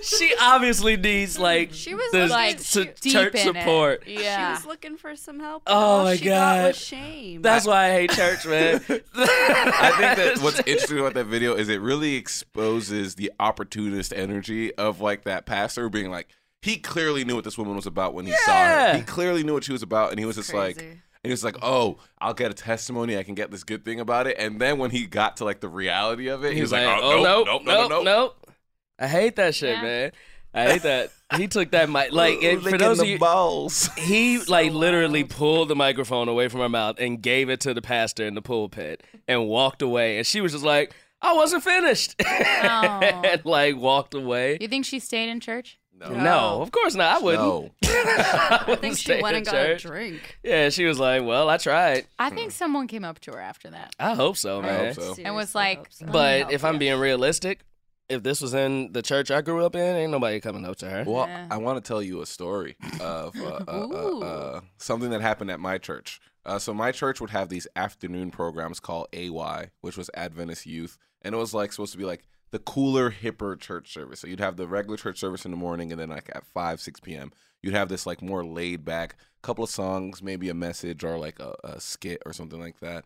Speaker 5: She obviously needs like
Speaker 6: She was
Speaker 5: the,
Speaker 4: like
Speaker 5: su-
Speaker 4: deep
Speaker 5: church
Speaker 4: in
Speaker 5: support.
Speaker 4: It. Yeah.
Speaker 6: She was looking for some help.
Speaker 5: Oh
Speaker 6: and all
Speaker 5: my
Speaker 6: she Got
Speaker 5: God.
Speaker 6: was shame.
Speaker 5: That's why I hate church, man.
Speaker 3: I think that what's interesting about that video is it really exposes the opportunist energy of like that pastor being like, he clearly knew what this woman was about when he saw her.
Speaker 5: Yeah.
Speaker 3: He clearly knew what she was about, and he was just like,
Speaker 6: Crazy.
Speaker 3: And he was like, "Oh, I'll get a testimony. I can get this good thing about it." And then when he got to like the reality of it, he was like, "Oh, no, no, no, no,
Speaker 5: nope. I hate that shit,
Speaker 4: Yeah.
Speaker 5: man. I hate that. He took that mic. Like, and for those of you,
Speaker 3: balls,
Speaker 5: he like literally pulled the microphone away from her mouth and gave it to the pastor in the pulpit and walked away. And she was just like, "I wasn't finished," and like walked away.
Speaker 4: You think she stayed in church?
Speaker 5: No. of course not. I wouldn't.
Speaker 3: no.
Speaker 5: I,
Speaker 6: I
Speaker 5: wouldn't
Speaker 6: think she
Speaker 5: stay in
Speaker 6: went and got a
Speaker 5: church.
Speaker 6: drink.
Speaker 5: Yeah, she was like, "Well, I tried.
Speaker 4: I think
Speaker 3: Hmm.
Speaker 4: someone came up to her after that.
Speaker 5: I hope so, man."
Speaker 3: so.
Speaker 4: And was
Speaker 6: Seriously
Speaker 4: like,
Speaker 6: hope so.
Speaker 5: But if I'm being realistic, if this was in the church I grew up in, ain't nobody coming up to her.
Speaker 3: Well,
Speaker 4: Yeah.
Speaker 3: I want to tell you a story of uh, uh, uh,
Speaker 4: Ooh.
Speaker 3: uh, something that happened at my church. Uh, so my church would have these afternoon programs called AY, which was Adventist Youth, and it was like supposed to be like the cooler, hipper church service. So you'd have the regular church service in the morning, and then like at five, six p.m., you'd have this like more laid back, couple of songs, maybe a message or like a, a skit or something like that.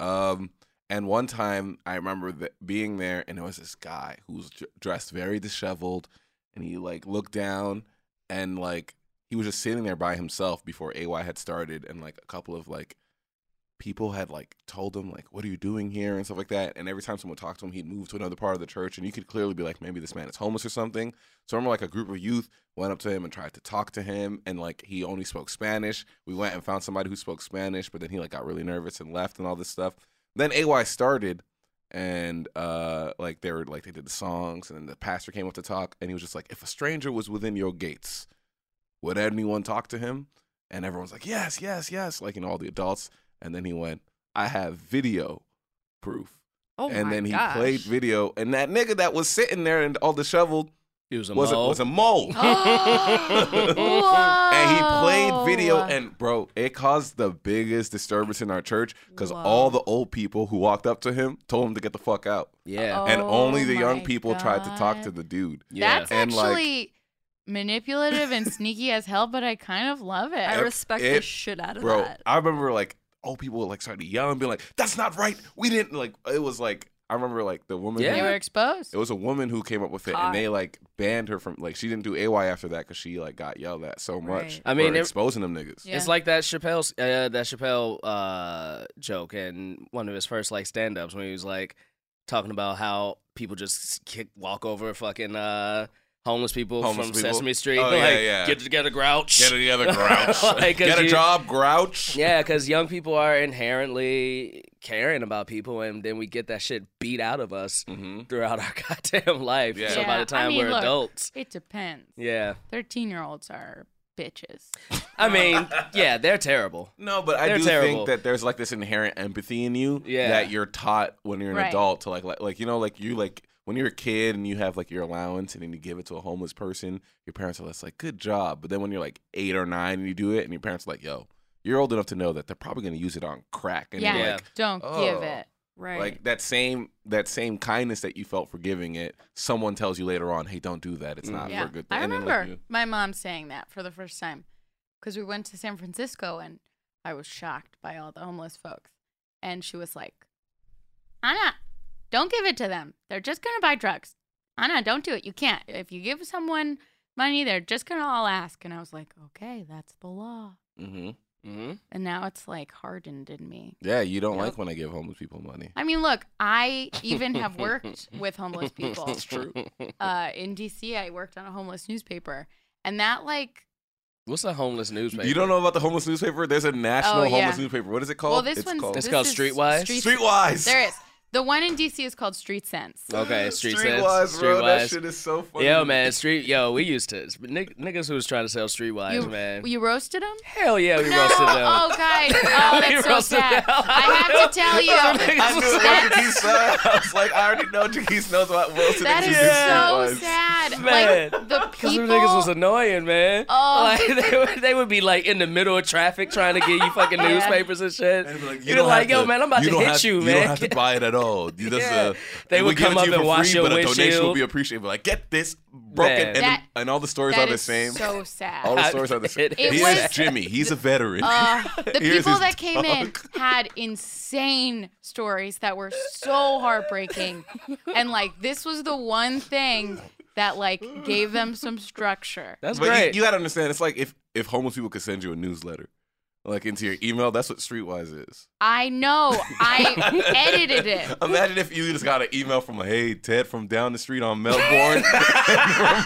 Speaker 3: Um, and one time I remember th- being there, and there was this guy who was d- dressed very disheveled, and he like looked down, and like he was just sitting there by himself before AY had started, and like a couple of like people had like told him like, "What are you doing here?" and stuff like that. And every time someone talked to him, he'd move to another part of the church, and you could clearly be like, maybe this man is homeless or something. So I remember like a group of youth went up to him and tried to talk to him, and like he only spoke Spanish. We went and found somebody who spoke Spanish, but then he like got really nervous and left and all this stuff then AY started and uh like they were like they did the songs and then the pastor came up to talk and he was just like if a stranger was within your gates would anyone talk to him and everyone's like yes yes yes like you know all the adults and then he went i have video proof
Speaker 6: oh
Speaker 3: and
Speaker 6: my
Speaker 3: then he
Speaker 6: gosh.
Speaker 3: played video and that nigga that was sitting there and all disheveled
Speaker 5: He was a
Speaker 3: was a,
Speaker 5: mole.
Speaker 3: was a mole
Speaker 6: Oh.
Speaker 3: and he played video and bro it caused the biggest disturbance in our church because all the old people who walked up to him told him to get the fuck out
Speaker 5: yeah.
Speaker 4: Uh-oh.
Speaker 3: and only the
Speaker 4: Oh
Speaker 3: young
Speaker 4: my
Speaker 3: people tried to talk to
Speaker 4: God.
Speaker 3: the dude
Speaker 5: yeah.
Speaker 4: That's
Speaker 3: And, like-
Speaker 4: actually manipulative and sneaky as hell, but I kind of love it.
Speaker 6: I respect
Speaker 3: it-
Speaker 6: the shit out of
Speaker 3: bro
Speaker 6: that.
Speaker 3: i remember like old people like started yelling being like that's not right we didn't like it was like i remember like the woman
Speaker 5: Yeah.
Speaker 4: They
Speaker 3: who,
Speaker 4: were exposed.
Speaker 3: it was a woman who came up with it and they like banned her from like she didn't do ay after that because she like got yelled at so much
Speaker 6: Right.
Speaker 5: I
Speaker 3: for
Speaker 5: mean, it-
Speaker 3: exposing them niggas
Speaker 4: Yeah.
Speaker 5: It's like that Chappelle's uh, that Chappelle uh, joke and one of his first like stand-ups when he was like talking about how people just kick walk over fucking uh, homeless people
Speaker 3: Homeless
Speaker 5: from
Speaker 3: people.
Speaker 5: Sesame Street.
Speaker 3: Oh,
Speaker 5: They're
Speaker 3: yeah,
Speaker 5: like,
Speaker 3: yeah.
Speaker 5: Get together, grouch.
Speaker 3: get it together grouch
Speaker 5: Like, 'cause
Speaker 3: get a
Speaker 5: you-
Speaker 3: job grouch
Speaker 5: yeah, because young people are inherently caring about people, and then we get that shit beat out of us
Speaker 3: hmm
Speaker 5: throughout our goddamn life.
Speaker 3: Yeah.
Speaker 5: So
Speaker 4: Yeah,
Speaker 5: by
Speaker 4: I
Speaker 5: the time
Speaker 4: mean,
Speaker 5: we're
Speaker 4: look,
Speaker 5: adults,
Speaker 4: It depends.
Speaker 5: yeah.
Speaker 4: 13 year olds are bitches.
Speaker 5: I mean, yeah, they're terrible.
Speaker 3: No, but I
Speaker 5: They're
Speaker 3: do
Speaker 5: terrible.
Speaker 3: think that there's like this inherent empathy in you
Speaker 5: Yeah.
Speaker 3: that you're taught when you're an
Speaker 4: Right.
Speaker 3: adult to like, like like you know like you like when you're a kid and you have like your allowance and then you give it to a homeless person, your parents are less like good job. But then when you're like 8 or 9 and you do it and your parents are like, "Yo, you're old enough to know that they're probably going to use it on crack." And
Speaker 4: yeah.
Speaker 3: you're
Speaker 5: Yeah.
Speaker 3: like
Speaker 4: Don't
Speaker 3: oh.
Speaker 4: give it.
Speaker 6: Right.
Speaker 3: like that same that same kindness that you felt for giving it, someone tells you later on, "Hey, don't do that. It's not
Speaker 4: Mm. Yeah.
Speaker 3: for a good thing."
Speaker 4: I
Speaker 3: And then, like,
Speaker 4: remember
Speaker 3: you-
Speaker 4: my mom saying that for the first time because we went to San Francisco and I was shocked by all the homeless folks. And she was like, Anna, don't give it to them. They're just going to buy drugs. Anna, don't do it. You can't. If you give someone money, they're just going to all ask. And I was like, okay, that's the law.
Speaker 3: Mhm.
Speaker 5: Mm-hmm.
Speaker 4: And now it's like hardened in me.
Speaker 3: Yeah, you don't
Speaker 5: Yep.
Speaker 3: like when I give homeless people money.
Speaker 4: I mean, look, I even have worked with homeless people.
Speaker 5: It's true.
Speaker 4: Uh, in DC, I worked on a homeless newspaper. And that, like,
Speaker 5: What's a homeless newspaper?
Speaker 3: You don't know about the homeless newspaper? There's a national
Speaker 4: Oh, yeah.
Speaker 3: homeless newspaper. What is it called?
Speaker 4: well, this
Speaker 3: it's
Speaker 4: one's
Speaker 3: called
Speaker 5: It's called
Speaker 4: is
Speaker 5: Streetwise?
Speaker 4: Street-
Speaker 3: Streetwise.
Speaker 4: There is the one in DC is called Street Sense.
Speaker 5: Okay, street sense.
Speaker 3: Streetwise, bro. That
Speaker 5: Streetwise.
Speaker 3: shit is so funny.
Speaker 5: Yo, man, street. Yo, we used to nigg- niggas who was trying to sell streetwise,
Speaker 4: you,
Speaker 5: man.
Speaker 4: you roasted him.
Speaker 5: Hell yeah, we
Speaker 4: No.
Speaker 5: roasted them.
Speaker 4: Oh, guys. Oh,
Speaker 5: We
Speaker 4: that's so
Speaker 5: roasted
Speaker 4: sad.
Speaker 5: them.
Speaker 4: I have to tell you.
Speaker 3: I knew it was Jaquise Sun. I was like, I already know Jaquise knows about Wilson.
Speaker 4: That
Speaker 3: and Jaquise
Speaker 4: is so
Speaker 3: Streetwise.
Speaker 4: sad.
Speaker 5: Man.
Speaker 4: Like the
Speaker 5: Cause
Speaker 4: people.
Speaker 5: them niggas was annoying, man.
Speaker 4: Oh.
Speaker 5: Like, they, would, they would be like in the middle of traffic trying to get you fucking
Speaker 4: Yeah.
Speaker 5: newspapers and shit.
Speaker 3: And be
Speaker 5: You'd
Speaker 3: you
Speaker 5: be
Speaker 3: don't
Speaker 5: like,
Speaker 3: have
Speaker 5: yo,
Speaker 3: to-
Speaker 5: man, I'm about to
Speaker 3: don't
Speaker 5: hit
Speaker 3: have-
Speaker 5: you,
Speaker 3: You
Speaker 5: man.
Speaker 3: don't have to buy it at all. You just,
Speaker 5: Yeah.
Speaker 3: uh,
Speaker 5: They
Speaker 3: we
Speaker 5: would
Speaker 3: give
Speaker 5: come
Speaker 3: it to
Speaker 5: up
Speaker 3: you
Speaker 5: and
Speaker 3: for
Speaker 5: wash
Speaker 3: free,
Speaker 5: your
Speaker 3: but a donation will
Speaker 5: windshield.
Speaker 3: be appreciated. But like, get this broken,
Speaker 5: Man.
Speaker 3: and, the-
Speaker 4: That-
Speaker 3: and all the stories
Speaker 4: that
Speaker 3: are the
Speaker 4: is
Speaker 3: same.
Speaker 4: So sad.
Speaker 3: all the
Speaker 5: I-
Speaker 3: stories are the same.
Speaker 5: it
Speaker 4: is
Speaker 3: Here's
Speaker 4: sad.
Speaker 3: Jimmy. He's a veteran.
Speaker 4: Uh, the
Speaker 3: Here's
Speaker 4: people
Speaker 3: his
Speaker 4: that came in
Speaker 3: dog.
Speaker 4: had insane stories that were so heartbreaking. And like this was the one thing that like gave them some structure.
Speaker 5: That's
Speaker 3: but you-
Speaker 5: great.
Speaker 3: You, gotta understand, it's like if if homeless people could send you a newsletter. like into your email. That's what Streetwise is.
Speaker 4: I know. I edited it.
Speaker 3: Imagine if you just got an email from, hey, Ted from down the street on Melbourne.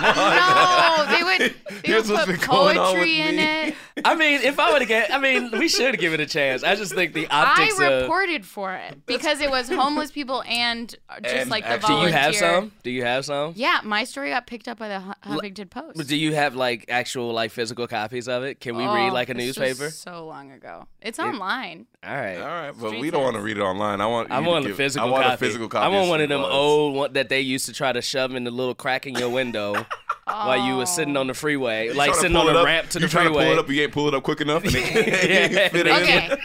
Speaker 4: No, they would. They
Speaker 3: Oh Here's
Speaker 4: would
Speaker 3: what's
Speaker 4: put
Speaker 3: been going on
Speaker 4: poetry
Speaker 3: with
Speaker 4: in
Speaker 3: me.
Speaker 4: it.
Speaker 5: I mean, if I would have get, I mean, we should give it a chance. I just think the
Speaker 4: I
Speaker 5: optics of.
Speaker 4: reported for it because it was homeless people and uh, just
Speaker 3: And
Speaker 4: like the
Speaker 3: actually-
Speaker 5: do
Speaker 4: volunteer.
Speaker 5: you have some? Do you have some?
Speaker 4: Yeah, my story got picked up by the Hu-
Speaker 5: L-
Speaker 4: Huffington Post.
Speaker 5: But do you have like actual like physical copies of it? Can we read
Speaker 4: Oh,
Speaker 5: like a
Speaker 4: this was
Speaker 5: newspaper?
Speaker 4: So long ago. It's online.
Speaker 5: All right.
Speaker 3: All right, but we
Speaker 4: Street
Speaker 3: don't want to
Speaker 4: Sense.
Speaker 3: read it online. I want.
Speaker 5: I
Speaker 3: you to
Speaker 5: want a
Speaker 3: give-
Speaker 5: physical
Speaker 3: I want
Speaker 5: copy.
Speaker 3: a physical copy.
Speaker 5: I want one of them
Speaker 3: Streetwise.
Speaker 5: old one that they used to try to shove in the little crack in your window while you were sitting on the freeway,
Speaker 3: You
Speaker 5: like
Speaker 3: tryna
Speaker 5: sitting
Speaker 3: pull
Speaker 5: on
Speaker 3: it
Speaker 5: the
Speaker 3: up,
Speaker 5: ramp to
Speaker 3: you
Speaker 5: the
Speaker 3: tryna
Speaker 5: freeway.
Speaker 3: pull it up, you ain't pull it up quick enough, and it can't
Speaker 5: Yeah.
Speaker 3: fit in.
Speaker 4: Okay,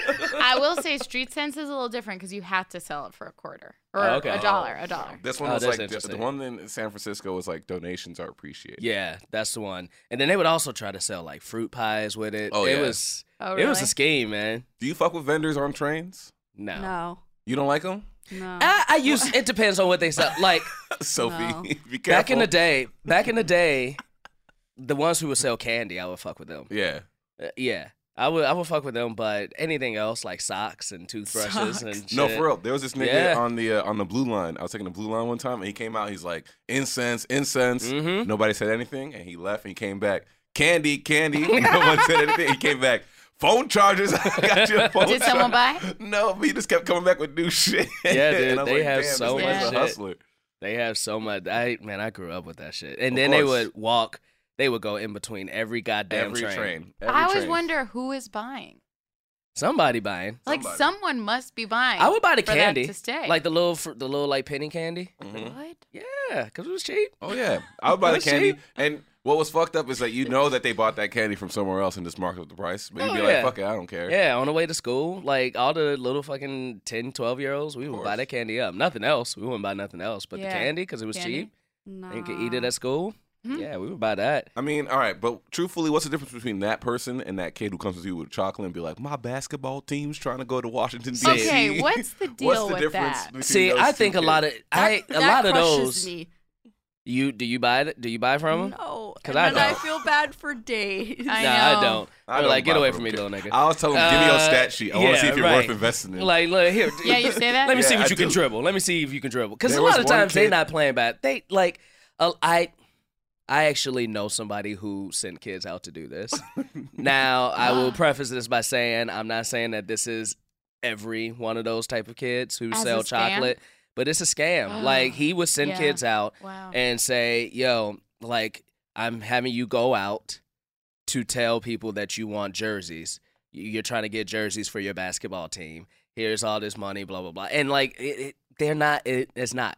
Speaker 4: I will say Street Sense is a little different because you have to sell it for a quarter or
Speaker 5: Oh, okay.
Speaker 4: a dollar. A dollar.
Speaker 3: That's one
Speaker 5: Oh,
Speaker 3: that's
Speaker 5: that's
Speaker 3: like the, the
Speaker 5: interesting.
Speaker 3: one in San Francisco was like donations are appreciated.
Speaker 5: Yeah, that's the one. And then they would also try to sell like fruit pies with it.
Speaker 3: Oh,
Speaker 5: it
Speaker 3: yeah.
Speaker 5: was
Speaker 4: Oh,
Speaker 5: it was a
Speaker 4: really?
Speaker 5: scheme, man.
Speaker 3: Do you fuck with vendors on trains?
Speaker 5: No.
Speaker 6: No,
Speaker 3: You don't like them,
Speaker 6: no.
Speaker 5: I, I use it depends on what they sell. Like
Speaker 3: Sophie?
Speaker 6: No.
Speaker 3: be careful.
Speaker 5: back in the day, back in the day, the ones who would sell candy, I would fuck with them.
Speaker 3: Yeah.
Speaker 5: Uh, yeah. I would I would fuck with them, but anything else like socks and toothbrushes and shit.
Speaker 3: No, for real. There was this nigga
Speaker 5: Yeah.
Speaker 3: on the uh, on the blue line. I was taking the blue line one time, and he came out. He's like incense, incense.
Speaker 5: Mhm.
Speaker 3: Nobody said anything, and he left. and He came back. Candy, candy. no one said anything. He came back. Phone chargers. I got your
Speaker 5: Oh.
Speaker 3: phone.
Speaker 4: Did someone
Speaker 3: charger."
Speaker 4: buy?
Speaker 3: No, but he just kept coming back with new shit.
Speaker 5: Yeah, dude,
Speaker 3: And I was
Speaker 5: they have
Speaker 3: "Damn,
Speaker 5: so
Speaker 3: this
Speaker 4: much
Speaker 3: nigga's
Speaker 5: shit."
Speaker 3: a hustler.
Speaker 5: They have so much. I man, I grew up with that shit. And
Speaker 3: Of
Speaker 5: then
Speaker 3: course.
Speaker 5: they would walk. They would go in between every goddamn
Speaker 3: Every train. Every
Speaker 4: I always
Speaker 3: train.
Speaker 4: wonder who is buying.
Speaker 5: Somebody buying.
Speaker 4: Like
Speaker 3: Somebody.
Speaker 4: someone must be buying.
Speaker 5: I would buy the
Speaker 4: for that
Speaker 5: candy.
Speaker 4: to stay.
Speaker 5: Like the little, fr- the little like penny candy.
Speaker 3: Mhm.
Speaker 4: what?
Speaker 5: Yeah, cause it was cheap.
Speaker 3: Oh yeah, I would buy the
Speaker 5: That's
Speaker 3: candy.
Speaker 5: cheap.
Speaker 3: And what was fucked up is that you know that they bought that candy from somewhere else and just marked up the price. But you'd
Speaker 5: Oh,
Speaker 3: be
Speaker 5: yeah.
Speaker 3: like, "Fuck it, I don't care."
Speaker 5: Yeah, on the way to school, like all the little fucking 10, 12 year olds, we would buy
Speaker 3: course.
Speaker 5: that candy up. Nothing else. We wouldn't buy nothing else, but
Speaker 4: Yeah.
Speaker 5: the candy because it was
Speaker 4: Candy.
Speaker 5: cheap. And you could eat it at school.
Speaker 6: Mm-hmm.
Speaker 5: Yeah, we would buy that.
Speaker 3: I mean, all right, but truthfully, what's the difference between that person and that kid who comes to you with chocolate and be like, "My basketball team's trying to go to Washington D.C."
Speaker 4: Okay, what's the
Speaker 3: what's
Speaker 4: deal
Speaker 3: the
Speaker 4: with
Speaker 3: difference
Speaker 4: that?
Speaker 3: between
Speaker 5: See,
Speaker 3: those
Speaker 5: I
Speaker 3: two
Speaker 5: think a
Speaker 3: kids?
Speaker 5: lot of I a
Speaker 6: That
Speaker 5: lot of
Speaker 6: crushes
Speaker 5: those.
Speaker 6: Me. Mm-hmm.
Speaker 5: You do you buy it? Do you buy from them?
Speaker 6: No,
Speaker 5: 'Cause
Speaker 6: and
Speaker 5: I
Speaker 6: then I
Speaker 5: don't.
Speaker 6: feel bad for days.
Speaker 4: I
Speaker 5: nah,
Speaker 4: know.
Speaker 5: I don't.
Speaker 3: I
Speaker 5: I'm
Speaker 3: don't
Speaker 5: like, get
Speaker 3: buy
Speaker 5: away
Speaker 3: from
Speaker 5: from me,
Speaker 3: them.
Speaker 5: little nigga.
Speaker 3: I was telling him, "Give me your
Speaker 5: Uh,
Speaker 3: stat sheet. I want to
Speaker 5: yeah,
Speaker 3: see if you're
Speaker 5: right.
Speaker 3: worth investing in."
Speaker 5: Like, look here.
Speaker 4: Yeah, you say that?
Speaker 5: Let me see
Speaker 3: Yeah,
Speaker 5: what
Speaker 3: I
Speaker 5: you can
Speaker 3: do.
Speaker 5: dribble. Let me see if you can dribble. Because a
Speaker 3: There was
Speaker 5: lot of
Speaker 3: one
Speaker 5: times they
Speaker 3: kid-
Speaker 5: not playing bad. They like uh, I, I actually know somebody who sent kids out to do this. now I will preface this by saying I'm not saying that this is every one of those type of kids who
Speaker 4: As a scam?
Speaker 5: sell
Speaker 4: Oh.
Speaker 5: chocolate, but it's a scam. like he would send
Speaker 4: Yeah.
Speaker 5: kids out
Speaker 4: Wow.
Speaker 5: and say, yo, like, I'm having you go out to tell people that you want jerseys. You- You're trying to get jerseys for your basketball team. Here's all this money, blah, blah, blah. And, like, it, it, they're not, it, it's not,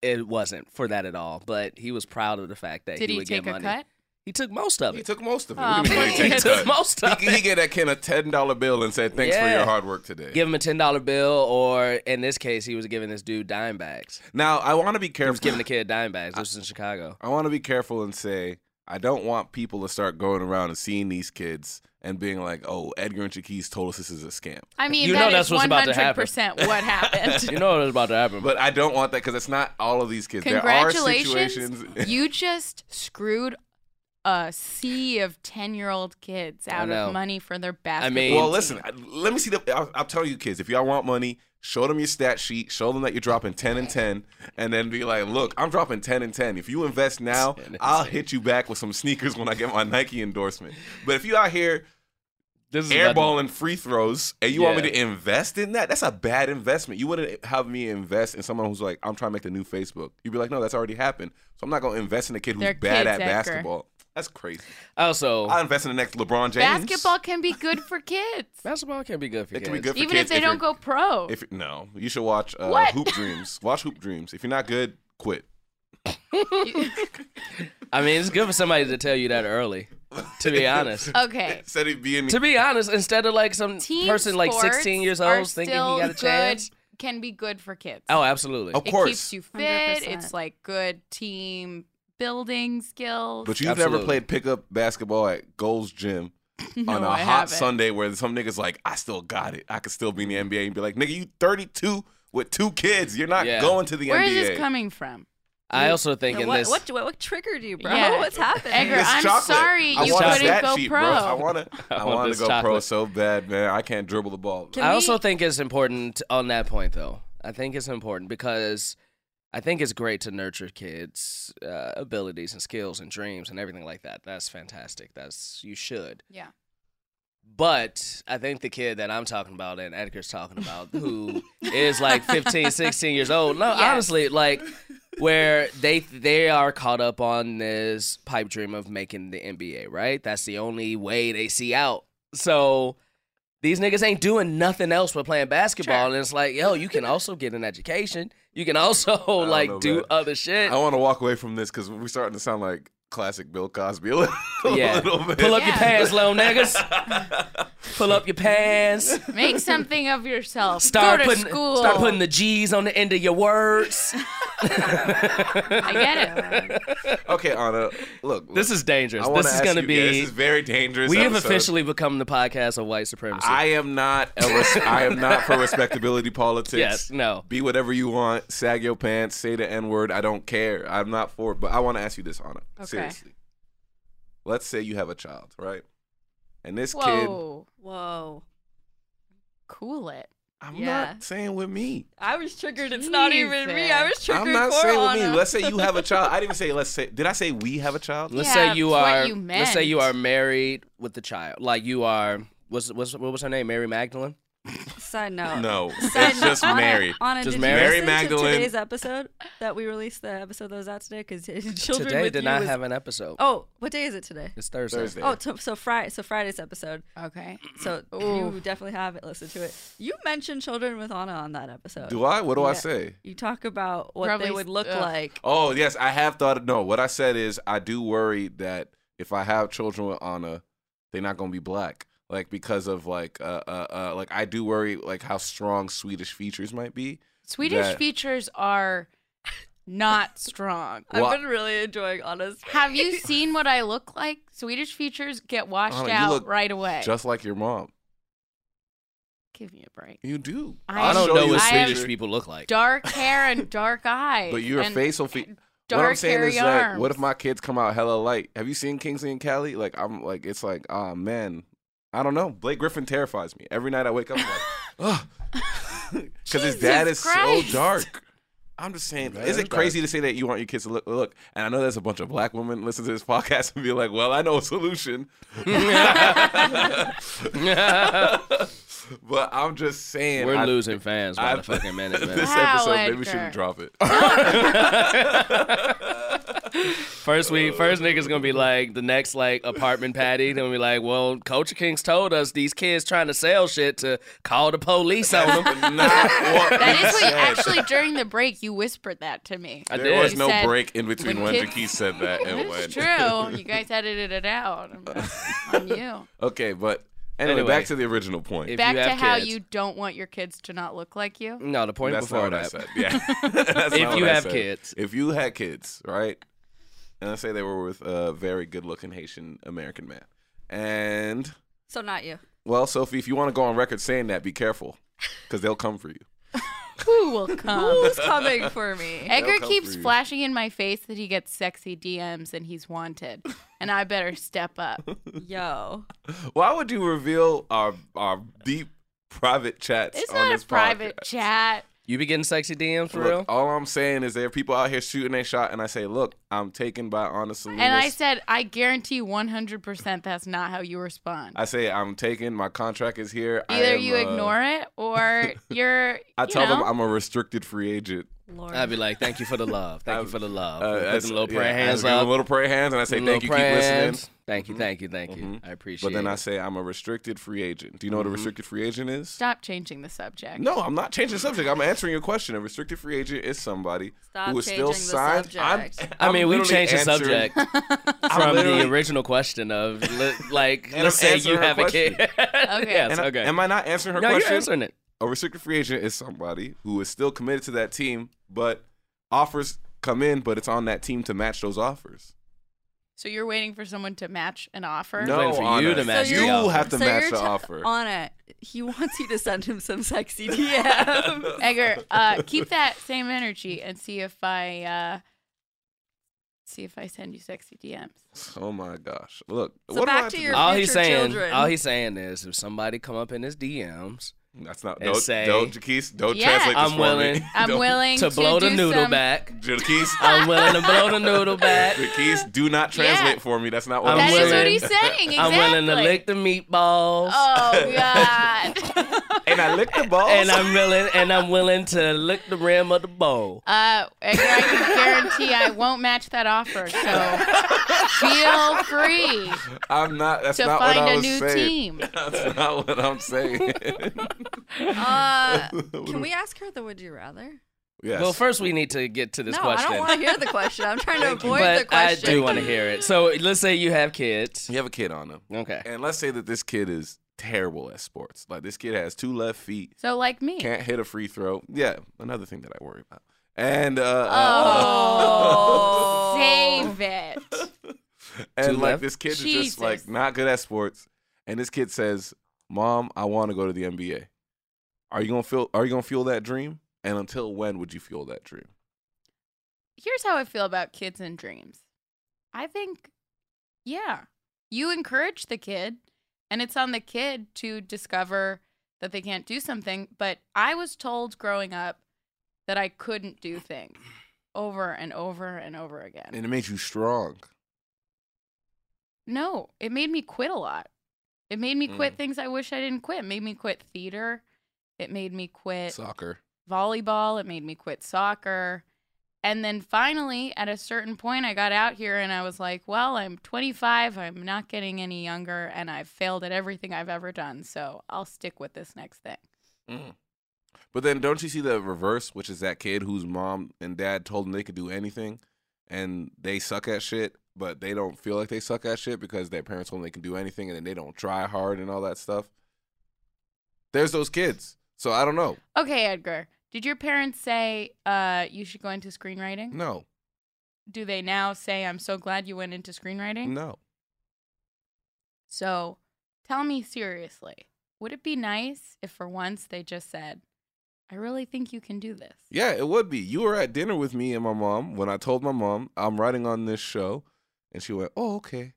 Speaker 5: it wasn't for that at all. But he was proud of the fact that
Speaker 4: Did
Speaker 5: he
Speaker 4: he
Speaker 5: would
Speaker 4: take
Speaker 5: get
Speaker 4: a
Speaker 5: money.
Speaker 4: cut?
Speaker 5: He took most of
Speaker 3: He
Speaker 5: it.
Speaker 3: took most of it.
Speaker 4: Aw,
Speaker 3: What do you mean
Speaker 4: man.
Speaker 3: he
Speaker 5: He
Speaker 3: take
Speaker 5: took
Speaker 3: cut?
Speaker 5: most of
Speaker 3: He,
Speaker 5: it.
Speaker 3: he gave that kid a ten dollar bill and said, "Thanks for
Speaker 5: Yeah.
Speaker 3: your hard work today."
Speaker 5: Give him a $10 bill, or in this case, he was giving this dude dime bags.
Speaker 3: Now, I want to be
Speaker 5: He
Speaker 3: careful.
Speaker 5: was giving the kid dime bags. This was in Chicago.
Speaker 3: I want to be careful and say I don't want people to start going around and seeing these kids and being like, "Oh, Edgar and Chiquise told us this is a scam."
Speaker 4: I mean,
Speaker 5: You know
Speaker 4: that
Speaker 5: that's
Speaker 4: is
Speaker 5: what's about to happen.
Speaker 4: 100% what happened.
Speaker 5: You know what was about to happen.
Speaker 3: But I don't want that because it's not all of these kids. There are
Speaker 4: Congratulations.
Speaker 3: situations.
Speaker 4: you just screwed a sea of 10 year old kids out
Speaker 5: know.
Speaker 4: of money for their basketball.
Speaker 5: mean-
Speaker 3: well,
Speaker 4: team.
Speaker 3: listen. I- Let me see the. I'll, I'll tell you, kids, if y'all want money, show them your stat sheet. Show them that you're dropping ten and ten, and then be like, "Look, I'm dropping ten and ten. If you invest now,
Speaker 5: 10 and
Speaker 3: I'll
Speaker 5: 10.
Speaker 3: hit you back with some sneakers when I get my Nike endorsement." But if you out here
Speaker 5: this is about to-
Speaker 3: airballing free throws and you want me
Speaker 5: Yeah.
Speaker 3: to invest in that? That's a bad investment. You wouldn't have me invest in someone who's like, I'm trying to make the new Facebook. You'd be like, no, that's already happened. So I'm not going to invest in a kid who's
Speaker 4: They're
Speaker 3: bad
Speaker 4: kids,
Speaker 3: at
Speaker 4: Edgar.
Speaker 3: basketball. That's crazy.
Speaker 5: Also,
Speaker 3: I invest in the next LeBron James.
Speaker 4: basketball can be good for kids,
Speaker 5: Basketball can be good for
Speaker 3: It
Speaker 5: kids.
Speaker 3: can be good for
Speaker 4: even
Speaker 3: kids
Speaker 4: if they don't
Speaker 3: you're-
Speaker 4: go pro.
Speaker 3: If you're- no, you should watch uh,
Speaker 4: What?
Speaker 3: Hoop Dreams. Watch Hoop Dreams. If you're not good, quit.
Speaker 5: I mean, it's good for somebody to tell you that early. To be honest.
Speaker 4: okay.
Speaker 3: Said he'd be in.
Speaker 5: to be honest, instead of like some
Speaker 4: Team
Speaker 5: person like
Speaker 4: sports
Speaker 5: 16 years
Speaker 4: are
Speaker 5: old thinking he
Speaker 4: still
Speaker 5: got a chance.
Speaker 4: Good, can be good for kids.
Speaker 5: Oh, absolutely.
Speaker 3: of
Speaker 4: it
Speaker 3: course.
Speaker 4: keeps you fit.
Speaker 6: 100%.
Speaker 4: It's like good team building skills.
Speaker 3: But you've never
Speaker 5: Absolutely.
Speaker 3: played pickup basketball at Gold's Gym on a hot
Speaker 4: I haven't.
Speaker 3: Sunday where some niggas like, I still got it. I could still be in the NBA and be like, nigga, you 32 with two kids. You're not
Speaker 5: Yeah.
Speaker 3: going to the
Speaker 4: Where
Speaker 3: NBA.
Speaker 4: is this coming from?
Speaker 5: I also think in
Speaker 6: uh, what,
Speaker 5: this.
Speaker 6: what, what, what triggered you, bro?
Speaker 4: Yeah.
Speaker 6: What's happening?
Speaker 4: Edgar,
Speaker 3: It's
Speaker 4: I'm
Speaker 3: chocolate.
Speaker 4: sorry
Speaker 3: I
Speaker 4: you
Speaker 3: want a
Speaker 4: couldn't
Speaker 3: stat
Speaker 4: go
Speaker 3: sheet,
Speaker 4: pro.
Speaker 3: Bro. I want to. I,
Speaker 5: I want
Speaker 3: want to go
Speaker 5: this
Speaker 3: pro
Speaker 5: chocolate.
Speaker 3: so bad, man. I can't dribble the ball.
Speaker 6: Can
Speaker 5: I
Speaker 6: we-
Speaker 5: also think it's important on that point, though. I think it's important because I think it's great to nurture kids' uh, abilities and skills and dreams and everything like that. That's fantastic. That's you should.
Speaker 4: Yeah.
Speaker 5: But I think the kid that I'm talking about and Edgar's talking about, who is like 15, 16 years old, no,
Speaker 4: Yes.
Speaker 5: honestly, like where they they are caught up on this pipe dream of making the NBA, right? That's the only way they see out. So these niggas ain't doing nothing else but playing basketball, and it's like, yo, you can also get an education. You can also
Speaker 3: don't
Speaker 5: like
Speaker 3: know,
Speaker 5: do
Speaker 3: man.
Speaker 5: other shit.
Speaker 3: I want to walk away from this because we're starting to sound like classic Bill Cosby a little,
Speaker 5: yeah,
Speaker 3: little bit.
Speaker 5: pull up your
Speaker 4: Yeah.
Speaker 5: pants, little niggas. pull up your pants.
Speaker 4: Make something of yourself.
Speaker 5: Start
Speaker 4: go to
Speaker 5: putting
Speaker 4: school.
Speaker 5: start putting the G's on the end of your words.
Speaker 4: I get it.
Speaker 3: Okay, Anna. Look, look,
Speaker 5: This is dangerous.
Speaker 3: I wanna
Speaker 5: This is
Speaker 3: ask
Speaker 5: gonna
Speaker 3: you-
Speaker 5: be.
Speaker 3: yeah, this is very dangerous.
Speaker 5: we have
Speaker 3: episode.
Speaker 5: officially become the podcast of white supremacy.
Speaker 3: I am not. A res- I am not for respectability politics.
Speaker 5: yes, no.
Speaker 3: Be whatever you want. Sag your pants. Say the N word. I don't care. I'm not for it. But I want to ask you this, Anna.
Speaker 4: Okay.
Speaker 3: Seriously. Let's say you have a child, right? And this kid,
Speaker 4: Whoa.
Speaker 6: Whoa.
Speaker 4: Cool it.
Speaker 3: I'm
Speaker 6: Yeah.
Speaker 3: not saying with me.
Speaker 6: I was triggered. It's not even me. I was triggered.
Speaker 3: I'm not
Speaker 6: for
Speaker 3: saying with me.
Speaker 6: Anna.
Speaker 3: Let's say you have a child. I didn't say. Let's say. Did I say we have a child?
Speaker 5: Let's
Speaker 4: Yeah,
Speaker 5: say you
Speaker 4: what
Speaker 5: are.
Speaker 4: you
Speaker 5: let's say you
Speaker 4: meant.
Speaker 5: are married with the child. Like you are. What's, what's, what was her name? Mary Magdalene.
Speaker 6: Side note.
Speaker 3: No,
Speaker 6: Side
Speaker 3: it's
Speaker 6: note,
Speaker 3: just
Speaker 6: Anna-
Speaker 3: married.
Speaker 6: Anna,
Speaker 5: Just
Speaker 6: did
Speaker 5: married.
Speaker 6: you
Speaker 3: Mary
Speaker 6: listen
Speaker 3: Magdalene.
Speaker 6: to today's episode that we released? The episode that was out today because children
Speaker 5: Today
Speaker 6: with
Speaker 5: did
Speaker 6: you
Speaker 5: not
Speaker 6: was-
Speaker 5: have an episode.
Speaker 6: Oh, what day is it today?
Speaker 5: It's Thursday.
Speaker 3: Thursday.
Speaker 6: Oh, t- so Friday. So Friday's episode.
Speaker 4: Okay.
Speaker 6: So
Speaker 4: Ooh.
Speaker 6: you definitely haven't listened to it. You mentioned children with Anna on that episode.
Speaker 3: Do I? What do I
Speaker 6: Yeah.
Speaker 3: say?
Speaker 6: You talk about what
Speaker 4: Probably
Speaker 6: they
Speaker 4: s-
Speaker 6: would look
Speaker 4: ugh.
Speaker 6: like.
Speaker 3: Oh yes, I have thought. No, what I said is I do worry that if I have children with Anna, they're not gonna be black. Like because of like uh uh, uh like I do worry like how strong Swedish features might be.
Speaker 4: Swedish
Speaker 3: that-
Speaker 4: features are not strong.
Speaker 3: Wha-
Speaker 6: I've been really enjoying Anna's.
Speaker 4: Have you seen what I look like? Swedish features get washed
Speaker 3: Anna, Oh, you
Speaker 4: out
Speaker 3: look
Speaker 4: right away.
Speaker 3: Just like your mom,
Speaker 4: Give me a break.
Speaker 3: you do.
Speaker 4: I
Speaker 5: I
Speaker 4: am-
Speaker 5: don't know what
Speaker 4: I am
Speaker 5: Swedish people look like.
Speaker 4: Dark hair and dark eyes.
Speaker 3: But your
Speaker 4: and
Speaker 3: facial fe-
Speaker 4: Dark
Speaker 3: what I'm saying
Speaker 4: hairy
Speaker 3: is
Speaker 4: arms.
Speaker 3: like, what if my kids come out hella light? Have you seen Kingsley and Cali? Like I'm like it's like ah man, I don't know. Blake Griffin terrifies me every night. I wake up I'm like, ugh, because his dad is
Speaker 4: Jesus Christ.
Speaker 3: so dark. I'm just saying,
Speaker 5: Man,
Speaker 3: is
Speaker 5: that's
Speaker 3: it crazy to say that you want your kids to look? Look, and I know there's a bunch of black women listen to this podcast and be like, well, I know a solution. but I'm just saying,
Speaker 5: We're
Speaker 3: I-
Speaker 5: losing fans by
Speaker 3: I-
Speaker 5: the fucking minute, man.
Speaker 3: This
Speaker 4: Wow,
Speaker 3: episode, maybe we shouldn't
Speaker 4: Edgar.
Speaker 3: drop it.
Speaker 5: First we first niggas gonna be like the next like apartment patty. Then we be like, well, Culture Kings told us these kids trying to sell shit to call the police on them.
Speaker 4: That
Speaker 3: that
Speaker 4: is what you actually during the break you whispered that to me.
Speaker 5: I
Speaker 3: There was
Speaker 5: did.
Speaker 3: no
Speaker 4: said,
Speaker 3: break in between
Speaker 4: "When
Speaker 3: when
Speaker 4: kids-
Speaker 3: Jaquise said that and when.
Speaker 4: It's true. You guys edited it out. I'm not- on you.
Speaker 3: Okay, but anyway,
Speaker 5: Anyway.
Speaker 3: back to the original point.
Speaker 5: If-
Speaker 4: Back
Speaker 5: you
Speaker 4: to
Speaker 5: have
Speaker 4: how
Speaker 5: kids.
Speaker 4: you don't want your kids to not look like you.
Speaker 5: No, the point
Speaker 3: That's
Speaker 5: before
Speaker 3: not what
Speaker 5: that.
Speaker 3: I said. Yeah. That's
Speaker 5: If
Speaker 3: not what
Speaker 5: you
Speaker 3: I
Speaker 5: have
Speaker 3: said.
Speaker 5: kids.
Speaker 3: If you had kids, right? And let's say they were with a very good looking Haitian American man. And,
Speaker 6: So not you.
Speaker 3: well, Sophie, if you want to go on record saying that, be careful because they'll come for you.
Speaker 4: Who will come?
Speaker 6: Who's coming for me?
Speaker 4: Edgar
Speaker 3: come
Speaker 4: keeps
Speaker 3: for you.
Speaker 4: flashing in my face that he gets sexy DMs and he's wanted, and I better step up.
Speaker 6: Yo.
Speaker 3: Why would you reveal our our deep private chats
Speaker 4: It's
Speaker 3: on
Speaker 4: not
Speaker 3: this
Speaker 4: a private
Speaker 3: podcast?
Speaker 4: chat.
Speaker 5: You be getting sexy DMs for
Speaker 3: Look,
Speaker 5: real?
Speaker 3: all I'm saying is there are people out here shooting their shot, and I say, look, I'm taken by honestly.
Speaker 4: And I said, I guarantee 100% that's not how you respond.
Speaker 3: I say I'm taken. My contract is here. I
Speaker 4: Either
Speaker 3: am,
Speaker 4: you
Speaker 3: uh,
Speaker 4: ignore it or you're.
Speaker 3: I
Speaker 4: you
Speaker 3: tell them
Speaker 4: know.
Speaker 3: I'm a restricted free agent.
Speaker 6: Lord.
Speaker 5: I'd be like, thank you for the love. Thank you for the love.
Speaker 3: Uh,
Speaker 5: Put
Speaker 3: I
Speaker 5: them
Speaker 3: s-
Speaker 5: little
Speaker 3: yeah,
Speaker 5: prayer
Speaker 3: I
Speaker 5: hands
Speaker 3: give them
Speaker 5: up.
Speaker 3: Little prayer hands, and I say
Speaker 5: Little
Speaker 3: thank you. Keep
Speaker 5: prayer
Speaker 3: listening. Mm-hmm.
Speaker 5: hands. Thank you, thank you, thank you. I appreciate
Speaker 3: But then I
Speaker 5: it. Mm-hmm.
Speaker 3: say I'm a restricted free agent. Do you know what a restricted free agent is?
Speaker 4: Stop changing the subject.
Speaker 3: No, I'm not changing the subject. I'm answering your question. A restricted free agent is somebody
Speaker 6: Stop
Speaker 3: who is still
Speaker 6: changing the
Speaker 3: signed. I'm-
Speaker 6: subject.
Speaker 5: I
Speaker 3: I'm
Speaker 5: mean, we
Speaker 3: literally
Speaker 5: changed the
Speaker 3: answering-
Speaker 5: subject
Speaker 3: I'm
Speaker 5: from the
Speaker 3: literally-
Speaker 5: original question of, li- like,
Speaker 3: And
Speaker 5: let's
Speaker 3: I'm
Speaker 5: say
Speaker 3: answering
Speaker 5: you
Speaker 3: her
Speaker 5: have a kid.
Speaker 4: Okay.
Speaker 5: yes,
Speaker 3: And I-
Speaker 5: okay.
Speaker 3: Am I not answering her
Speaker 5: no,
Speaker 3: question?
Speaker 5: you're answering it.
Speaker 3: a restricted free agent is somebody who is still committed to that team, but offers come in, but it's on that team to match those offers.
Speaker 4: So you're waiting for someone to match an offer?
Speaker 5: No. waiting for you to match
Speaker 3: you
Speaker 5: the offer.
Speaker 3: have to
Speaker 6: so
Speaker 3: match
Speaker 6: you're
Speaker 3: the
Speaker 6: t-
Speaker 3: offer.
Speaker 6: Anna, he wants you to send him some sexy DM.
Speaker 4: Edgar, uh, keep that same energy and see if I uh, See if I send you sexy DMs.
Speaker 3: Oh my gosh! Look,
Speaker 6: So
Speaker 3: what do I
Speaker 6: back
Speaker 3: have
Speaker 6: to
Speaker 3: do?
Speaker 6: your-
Speaker 5: all he's
Speaker 6: future
Speaker 5: saying,
Speaker 6: children.
Speaker 5: all he's saying is, if somebody come up in his DMs
Speaker 3: That's not
Speaker 5: and
Speaker 3: don't
Speaker 5: say-
Speaker 3: don't Jaquise, don't
Speaker 4: Yeah.
Speaker 3: translate this
Speaker 5: I'm
Speaker 3: for
Speaker 5: willing-
Speaker 3: me.
Speaker 4: I'm
Speaker 3: Don't-
Speaker 4: willing
Speaker 5: to blow the
Speaker 4: do
Speaker 5: noodle
Speaker 4: some-
Speaker 5: back,
Speaker 3: Jaquise,
Speaker 5: I'm willing to blow the noodle back.
Speaker 3: Jaquise, do not translate
Speaker 4: Yeah.
Speaker 3: for me. That's not what
Speaker 5: I'm
Speaker 4: That is
Speaker 5: willing-
Speaker 4: what he's saying. Exactly.
Speaker 5: I'm willing to lick the meatballs,
Speaker 6: Oh.
Speaker 4: Oh God.
Speaker 3: And I licked the balls.
Speaker 5: and I'm willing, and I'm willing to lick the rim of the bowl.
Speaker 4: Uh, and I can guarantee I won't match that offer. So feel free
Speaker 3: I'm not. That's
Speaker 4: to
Speaker 3: not what
Speaker 4: find
Speaker 3: I
Speaker 4: a
Speaker 3: was
Speaker 4: new
Speaker 3: saying.
Speaker 4: team.
Speaker 3: That's not what I'm saying.
Speaker 6: Uh, can we ask her the would you rather?
Speaker 3: Yes.
Speaker 5: Well, first we need to get to this
Speaker 6: no,
Speaker 5: question.
Speaker 6: I don't want to hear the question. I'm trying to avoid the
Speaker 5: but I
Speaker 6: question.
Speaker 5: do want to hear it. So let's say you have kids.
Speaker 3: you have a kid on him,
Speaker 5: Okay.
Speaker 3: and let's say that this kid is terrible at sports. Like this kid has two left feet,
Speaker 4: So like me.
Speaker 3: can't hit a free throw. Yeah, another thing that I worry about. And uh,
Speaker 4: Oh, save it.
Speaker 3: uh, and
Speaker 5: Two
Speaker 3: like
Speaker 5: left?
Speaker 3: this kid is just
Speaker 4: Jesus.
Speaker 3: like not good at sports. And this kid says, "Mom, I want to go to the NBA. Are you gonna feel? Are you gonna fuel that dream? And until when would you fuel that dream?
Speaker 4: Here's how I feel about kids and dreams. I think, yeah, you encourage the kid, and it's on the kid to discover that they can't do something. But I was told growing up that I couldn't do things over and over and over again.
Speaker 3: And it made you strong.
Speaker 4: No, it made me quit a lot. It made me quit
Speaker 3: Mm.
Speaker 4: things I wish I didn't quit. It made me quit theater. It made me quit
Speaker 3: Soccer.
Speaker 4: volleyball. It made me quit soccer. And then finally, at a certain point, I got out here and I was like, well, I'm 25. I'm not getting any younger. And I've failed at everything I've ever done. So I'll stick with this next thing.
Speaker 3: Mm. But then don't you see the reverse, which is that kid whose mom and dad told them they could do anything and they suck at shit, but they don't feel like they suck at shit because their parents told them they can do anything and then they don't try hard and all that stuff. There's those kids. So I don't know.
Speaker 4: Okay, Edgar, did your parents say uh, you should go into screenwriting?
Speaker 3: No.
Speaker 4: Do they now say, I'm so glad you went into screenwriting?
Speaker 3: No.
Speaker 4: So tell me seriously, would it be nice if for once they just said, I really think you can do this?
Speaker 3: Yeah, it would be. You were at dinner with me and my mom when I told my mom I'm writing on this show and she went, "Oh, okay."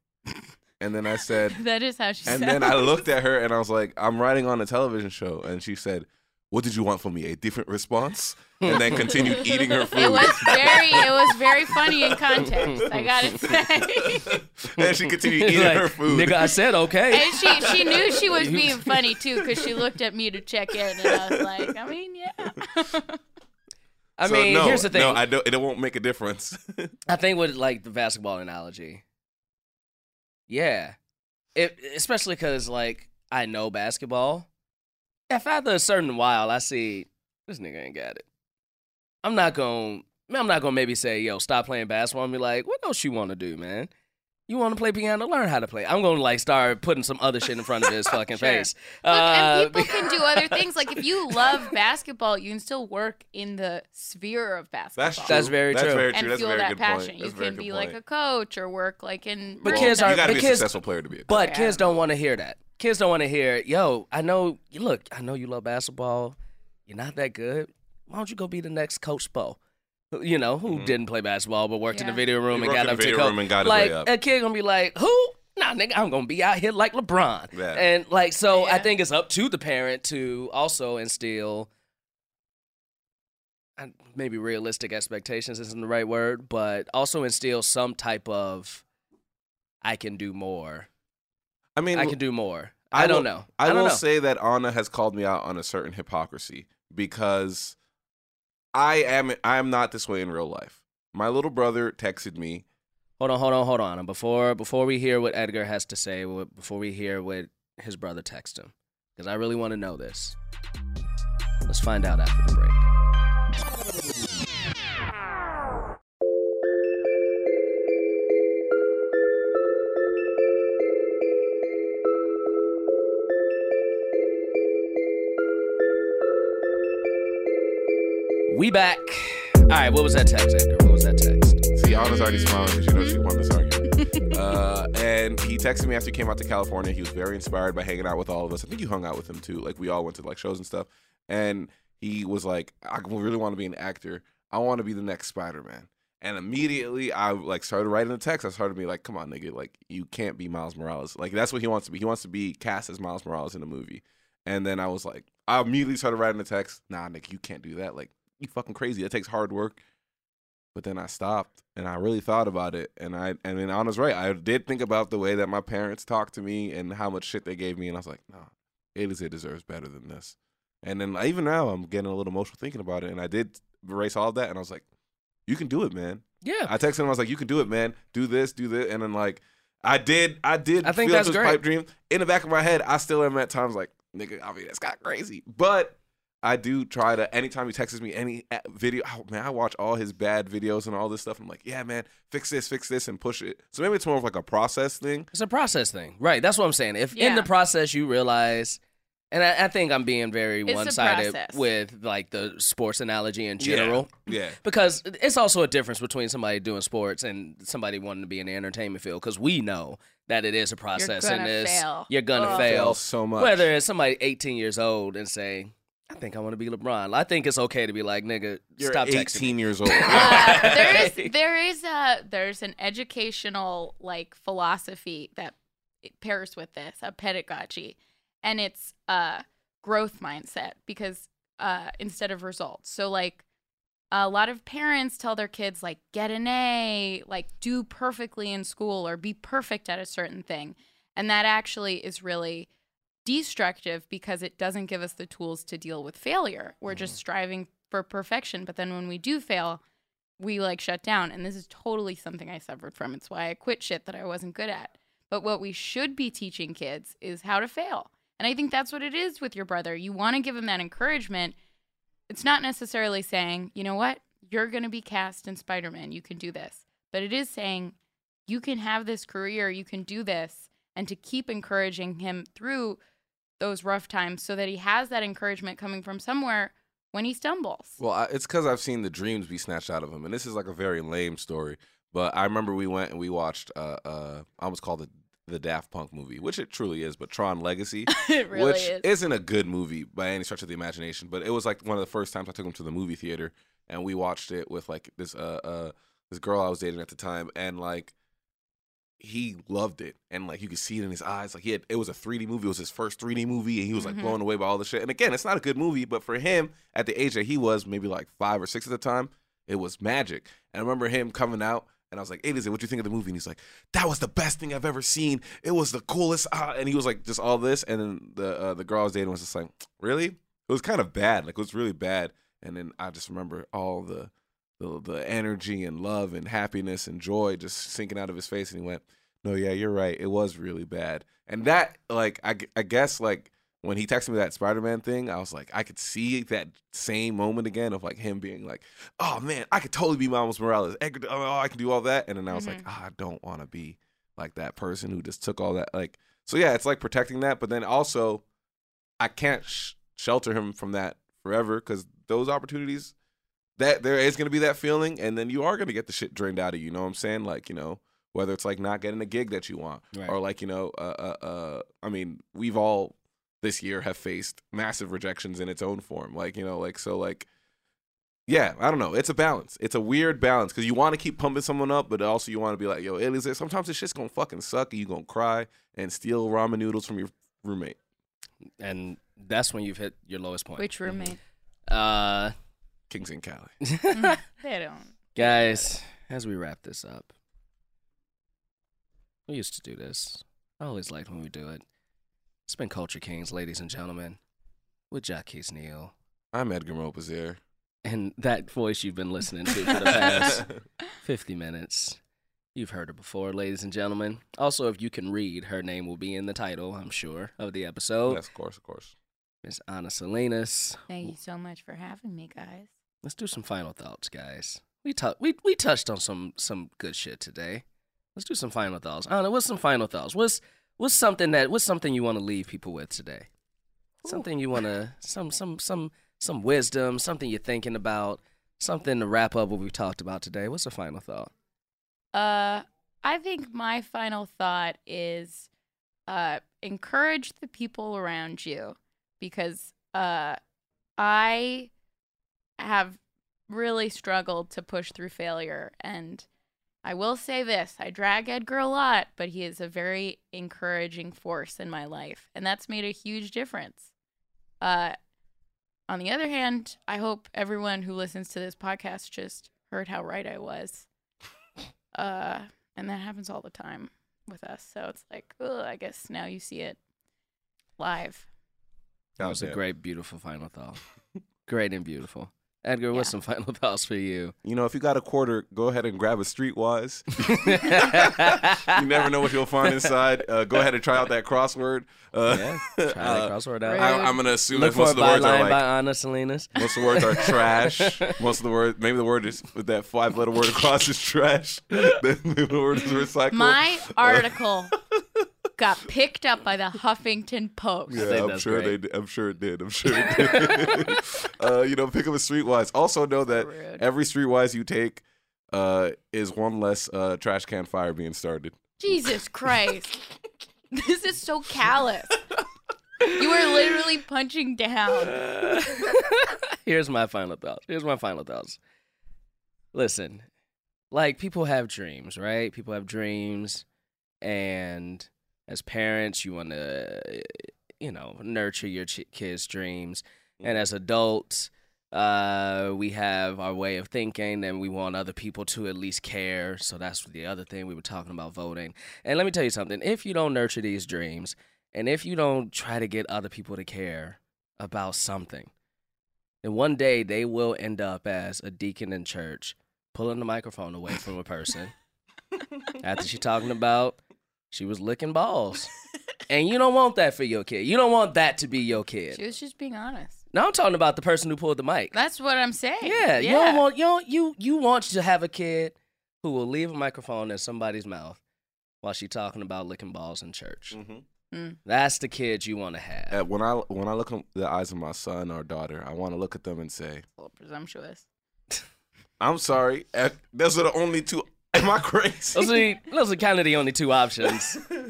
Speaker 3: and then I said,
Speaker 4: that is how she
Speaker 3: And
Speaker 4: sounds.
Speaker 3: then I looked at her and I was like, I'm writing on a television show. And she said, What did you want from me? A different response? And then continued eating her
Speaker 4: It
Speaker 3: food.
Speaker 4: was very it was very funny in context, I gotta say.
Speaker 3: and she continued eating
Speaker 5: Like,
Speaker 3: her food.
Speaker 5: Nigga, I said okay.
Speaker 4: and she she knew she was being funny too, because she looked at me to check in and I was like, I mean, yeah.
Speaker 5: I
Speaker 3: So,
Speaker 5: mean,
Speaker 3: no,
Speaker 5: here's the thing.
Speaker 3: No, I
Speaker 5: I,
Speaker 3: don't, it won't make a difference.
Speaker 5: think with like the basketball analogy. Yeah. It, especially because like I know basketball. If after a certain while I see this nigga ain't got it, I'm not gonna. I'm not gonna maybe say, "Yo, stop playing basketball." And be like, "What else you want to do, man? You want to play piano? Learn how to play." I'm gonna like start putting some other shit in front of his fucking
Speaker 4: Sure.
Speaker 5: face.
Speaker 4: Look,
Speaker 5: Uh,
Speaker 4: and people can do other things. Like if you love basketball, you can still work in the sphere of basketball.
Speaker 3: That's true.
Speaker 5: That's very
Speaker 3: That's
Speaker 5: true.
Speaker 3: very true.
Speaker 4: and
Speaker 3: That's a
Speaker 4: fuel
Speaker 3: very
Speaker 4: that
Speaker 3: good
Speaker 4: passion.
Speaker 3: point.
Speaker 4: You
Speaker 3: That's a very
Speaker 4: can
Speaker 3: good
Speaker 4: be
Speaker 3: point.
Speaker 4: like a coach or work like in.
Speaker 5: But
Speaker 4: merchandise.
Speaker 5: kids are-
Speaker 3: You got to
Speaker 5: but
Speaker 3: be a
Speaker 5: kids-
Speaker 3: successful player to be a coach.
Speaker 5: But
Speaker 4: Yeah.
Speaker 5: kids don't want to hear that. Kids don't want to hear, yo, I know, look, I know you love basketball. You're not that good. Why don't you go be the next Coach Bo? Who- You know, who didn't play basketball but worked in
Speaker 4: Yeah.
Speaker 5: the video room
Speaker 3: Mm-hmm. He
Speaker 5: and
Speaker 3: worked in
Speaker 5: got
Speaker 3: the
Speaker 5: up
Speaker 3: video
Speaker 5: to coach.
Speaker 3: room and got his
Speaker 5: like,
Speaker 3: way up.
Speaker 5: a kid going to be like, who? Nah, nigga, I'm going to be out here like LeBron.
Speaker 3: Yeah.
Speaker 5: And like, so I
Speaker 4: Yeah.
Speaker 5: think it's up to the parent to also instill I- maybe realistic expectations isn't the right word, but also instill some type of I can do more
Speaker 3: I mean,
Speaker 5: I can do more. I, don't
Speaker 3: will-
Speaker 5: know.
Speaker 3: I,
Speaker 5: don't
Speaker 3: will
Speaker 5: know.
Speaker 3: say that Anna has called me out on a certain hypocrisy because I am I am not this way in real life. My little brother texted me
Speaker 5: hold on, hold on, hold on. Before before we hear what Edgar has to say, wh- before we hear what his brother texted him, because I really want to know this. Let's find out after the break. We back. All right, what was that text, Edgar? What was that text?
Speaker 3: See, Anna's already smiling because you know she won this argument. uh, and he texted me after he came out to California. He was very inspired by hanging out with all of us. I think you hung out with him too. Like we all went to like shows and stuff. And he was like, "I really want to be an actor. I want to be the next Spider Man." And immediately I like started writing a text. I started to be like, come on, nigga, like you can't be Miles Morales. Like that's what he wants to be. He wants to be cast as Miles Morales in a movie. And then I was like, I immediately started writing a text. Nah, nigga, you can't do that. Like, you fucking crazy. That takes hard work. But then I stopped and I really thought about it. And I and then Anna's right. I did think about the way that my parents talked to me and how much shit they gave me. And I was like, nah, it is it deserves better than this. And then even now I'm getting a little emotional thinking about it. And I did erase all of that and I was like, You can do it, man.
Speaker 5: Yeah.
Speaker 3: I texted him, I was like, You can do it, man. Do this, do this and then like I did I did
Speaker 5: I think
Speaker 3: feel
Speaker 5: that's
Speaker 3: this
Speaker 5: great.
Speaker 3: pipe dream. In the back of my head, I still am at times like, nigga, I mean that's got crazy. But I do try to anytime he texts me any a- video. Oh, man, I watch all his bad videos and all this stuff. I'm like, yeah, man, fix this, fix this, and push it. So maybe it's more of like a process thing.
Speaker 5: It's a process thing, right? That's what I'm saying. If in
Speaker 4: Yeah.
Speaker 5: the process you realize, and I, I think I'm being very
Speaker 4: It's a
Speaker 5: one-sided
Speaker 4: process.
Speaker 5: with like the sports analogy in general,
Speaker 3: Yeah.
Speaker 5: because it's also a difference between somebody doing sports and somebody wanting to be in the entertainment field. Because we know that it is a process, and
Speaker 4: gonna
Speaker 5: this
Speaker 4: fail.
Speaker 5: you're gonna
Speaker 4: Ugh.
Speaker 3: yeah.
Speaker 5: fail.
Speaker 3: Fails so much.
Speaker 5: Whether it's somebody 18 years old and say, "I think I want to be LeBron," I think it's okay to be like, "Nigga,
Speaker 3: You're
Speaker 5: stop
Speaker 3: 18
Speaker 5: texting." me."
Speaker 3: years old.
Speaker 4: Uh, there is there is a there's an educational like philosophy that it pairs with this a pedagogy and it's a growth mindset because uh instead of results so like a lot of parents tell their kids like get an A like do perfectly in school or be perfect at a certain thing and that actually is really destructive because it doesn't give us the tools to deal with failure we're just striving for perfection but then when we do fail we like shut down. And this is totally something I suffered from. It's why I quit shit that I wasn't good at. But what we should be teaching kids is how to fail. And I think that's what it is with your brother. You want to give him that encouragement. It's not necessarily saying, you know what, you're going to be cast in Spider Man. You can do this. But it is saying, you can have this career, you can do this. And to keep encouraging him through those rough times so that he has that encouragement coming from somewhere when he stumbles.
Speaker 3: Well, I, it's because I've seen the dreams be snatched out of him, and this is like a very lame story. But I remember we went and we watched. Uh, uh, I almost called it the Daft Punk movie, which it truly is, but Tron Legacy,
Speaker 4: it really
Speaker 3: which
Speaker 4: is.
Speaker 3: not a good movie by any stretch of the imagination. But it was like one of the first times I took him to the movie theater, and we watched it with like this uh, uh this girl I was dating at the time, and like he loved it and like you could see it in his eyes like he had it was a 3d movie it was his first 3d movie and he was like
Speaker 4: Mhm.
Speaker 3: blown away by all the shit and again it's not a good movie but for him at the age that he was maybe like five or six at the time it was magic and i remember him coming out and i was like hey is it what you think of the movie and he's like that was the best thing i've ever seen it was the coolest ah. and he was like just all this and then the uh, the girl i was dating was just like really it was kind of bad like it was really bad and then i just remember all the the, the energy and love and happiness and joy just sinking out of his face and he went no yeah you're right it was really bad and that like i, gu- I guess like when he texted me that spider-man thing i was like i could see that same moment again of like him being like oh man i could totally be miles morales I could, oh, i can do all that and then i was like "Ah, i don't want to be like that person who just took all that like so yeah it's like protecting that but then also i can't sh- shelter him from that forever because those opportunities that there is going to be that feeling and then you are going to get the shit drained out of you you know what i'm saying like you know whether it's like not getting a gig that you want
Speaker 5: Right.
Speaker 3: or like you know uh, uh, uh, i mean we've all this year have faced massive rejections in its own form like you know like so like yeah i don't know it's a balance it's a weird balance because you want to keep pumping someone up but also you want to be like yo it is it sometimes this shit's gonna fucking suck and you gonna cry and steal ramen noodles from your roommate
Speaker 5: and that's when you've hit your lowest point. Mm-hmm.
Speaker 4: Which roommate?
Speaker 5: uh,
Speaker 3: kings and cali
Speaker 4: They don't.
Speaker 5: Guys, as we wrap this up, we used to do this. I always liked when we do it. It's been Culture Kings, ladies and gentlemen, with Jackie's Neal.
Speaker 3: i'm edgar mopazier
Speaker 5: And that voice you've been listening to for the past 50 minutes. You've heard her before, ladies and gentlemen. Also, if you can read, her name will be in the title, I'm sure, of the episode.
Speaker 3: yes of course of course
Speaker 5: Miss Anna Salinas.
Speaker 4: Thank you so much for having me, guys.
Speaker 5: Let's do some final thoughts, guys. We tou we we touched on some some good shit today. Let's do some final thoughts. Anna, what's some final thoughts? What's what's something that what's something you want to leave people with today? Something you want to some some some some wisdom, something you're thinking about, something to wrap up what we talked about today. What's a final thought?
Speaker 4: Uh, I think my final thought is uh, encourage the people around you because uh, I have really struggled to push through failure. And I will say this I drag Edgar a lot, but he is a very encouraging force in my life. And that's made a huge difference. Uh, on the other hand, I hope everyone who listens to this podcast just heard how right I was. Uh, and that happens all the time with us. So it's like, ugh, I guess now you see it live.
Speaker 5: That was a
Speaker 3: Okay.
Speaker 5: great, beautiful final thought. great and beautiful. Edgar, what's
Speaker 4: Yeah.
Speaker 5: some final thoughts for you?
Speaker 3: You know, if you got a quarter, go ahead and grab a Streetwise. you
Speaker 5: you
Speaker 3: never know what you'll find inside. Uh, go ahead and try out that crossword. Uh,
Speaker 5: Yeah, try that
Speaker 3: uh,
Speaker 5: crossword
Speaker 4: Rude.
Speaker 5: out.
Speaker 3: I, I'm gonna assume
Speaker 5: Look
Speaker 3: that
Speaker 5: for
Speaker 3: most
Speaker 5: a
Speaker 3: of the words
Speaker 5: byline
Speaker 3: are like
Speaker 5: by Anna Salinas.
Speaker 3: most of the words are trash. Most of the words, maybe the word is that five letter word across is trash. Then the word is recycle.
Speaker 4: My article got picked up by the Huffington Post.
Speaker 5: I
Speaker 3: Yeah,
Speaker 5: think
Speaker 3: I'm
Speaker 5: that's
Speaker 3: sure
Speaker 5: great.
Speaker 3: they. did- I'm sure it did. I'm sure it did. uh, you know, pick up a streetwise. Also know that
Speaker 4: Rude.
Speaker 3: every streetwise you take uh, is one less uh, trash can fire being started.
Speaker 4: Jesus Christ. this is so callous. You are literally punching down.
Speaker 5: Here's my final thoughts. Here's my final thoughts. Listen, like people have dreams, right? People have dreams, and as parents, you want to, you know, nurture your ch- kids' dreams. And as adults, uh, we have our way of thinking, and we want other people to at least care. So that's the other thing we were talking about voting. And let me tell you something: if you don't nurture these dreams, and if you don't try to get other people to care about something. And one day they will end up as a deacon in church, pulling the microphone away from a person after she talking about she was licking balls. And you don't want that for your kid. You don't want that to be your kid.
Speaker 4: She was just being honest.
Speaker 5: Now I'm talking about the person who pulled the mic.
Speaker 4: That's what I'm saying.
Speaker 5: yeah, you don't want you don't, you you want to have a kid who will leave a microphone in somebody's mouth while she talking about licking balls in church. Mm-hmm.
Speaker 4: Mm.
Speaker 5: That's the kid you want to have.
Speaker 3: Uh, when I when I look in the eyes of my son or daughter, I want to look at them and say,
Speaker 4: A little presumptuous.
Speaker 3: "I'm sorry." Uh, Those are the only two. Am I crazy?
Speaker 5: those are the- those are kind of the only two options. Or,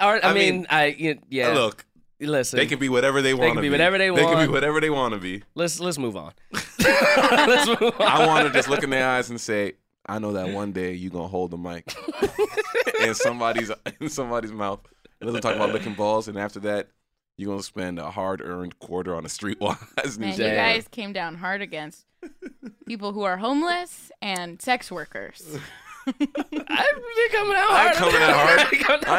Speaker 5: I,
Speaker 3: I
Speaker 5: mean,
Speaker 3: mean,
Speaker 5: I you- yeah.
Speaker 3: Look,
Speaker 5: listen,
Speaker 3: they can be whatever they
Speaker 5: can
Speaker 3: want to
Speaker 5: be whatever they
Speaker 3: They can
Speaker 5: want.
Speaker 3: be whatever they want to be.
Speaker 5: let's let's move on. let's move on.
Speaker 3: I want to just look in their eyes and say, "I know that one day you gonna hold the mic in somebody's in somebody's mouth. Let's talk about licking balls, and after that, you are gonna spend a hard earned quarter on a streetwise.
Speaker 4: Man, you
Speaker 5: Damn.
Speaker 4: guys came down hard against people who are homeless and sex workers.
Speaker 5: I, they're coming out
Speaker 3: I
Speaker 5: hard.
Speaker 3: ain't coming out hard. I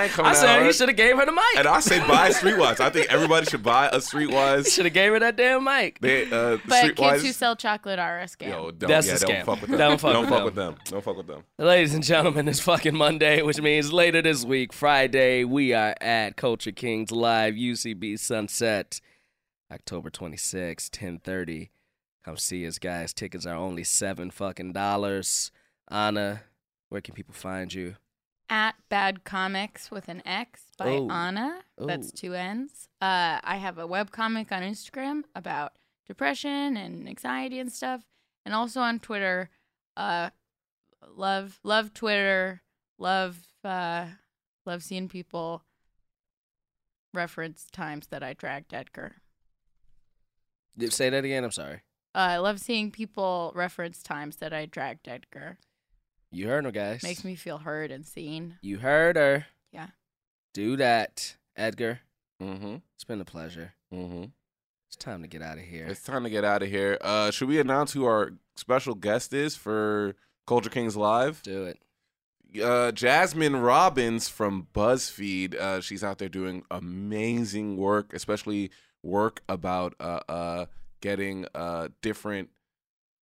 Speaker 3: ain't coming
Speaker 5: I
Speaker 3: out
Speaker 5: said you
Speaker 3: hard.
Speaker 5: should have gave her the mic.
Speaker 3: And I say buy streetwise. I think everybody should buy a
Speaker 5: you
Speaker 3: streetwise.
Speaker 5: should have gave her that damn mic.
Speaker 3: They, uh,
Speaker 4: But kids who
Speaker 3: streetwise.
Speaker 4: sell chocolate are a scam.
Speaker 3: Yo, don't,
Speaker 5: That's
Speaker 3: yeah,
Speaker 5: a
Speaker 3: don't
Speaker 5: scam.
Speaker 3: fuck with them.
Speaker 5: Don't fuck
Speaker 3: don't
Speaker 5: with
Speaker 3: fuck
Speaker 5: them.
Speaker 3: with them. Don't fuck with them.
Speaker 5: Ladies and gentlemen, it's fucking Monday, which means later this week, Friday, we are at Culture Kings Live, UCB Sunset, October 26, 1030. Come see us, guys. Tickets are only seven fucking dollars. Anna, where can people find you?
Speaker 4: at Bad Comics with an X by
Speaker 5: Oh.
Speaker 4: Anna. That's
Speaker 5: Oh.
Speaker 4: two N's. Uh, I have a webcomic on Instagram about depression and anxiety and stuff, and also on Twitter. Uh, love, love Twitter. Love, uh, love seeing people reference times that I dragged Edgar.
Speaker 5: Say that again. I'm sorry.
Speaker 4: Uh, I love seeing people reference times that I dragged Edgar.
Speaker 5: You heard her, guys.
Speaker 4: Makes me feel heard and seen.
Speaker 5: You heard her.
Speaker 4: Yeah.
Speaker 5: Do that, Edgar.
Speaker 3: Mm-hmm.
Speaker 5: It's been a pleasure.
Speaker 3: Mm-hmm.
Speaker 5: It's time to get out of here.
Speaker 3: It's time to get out of here. Uh, should we announce who our special guest is for Culture Kings Live?
Speaker 5: Do it.
Speaker 3: uh, Jasmine Robbins from BuzzFeed. Uh, she's out there doing amazing work, especially work about uh, uh, getting uh, different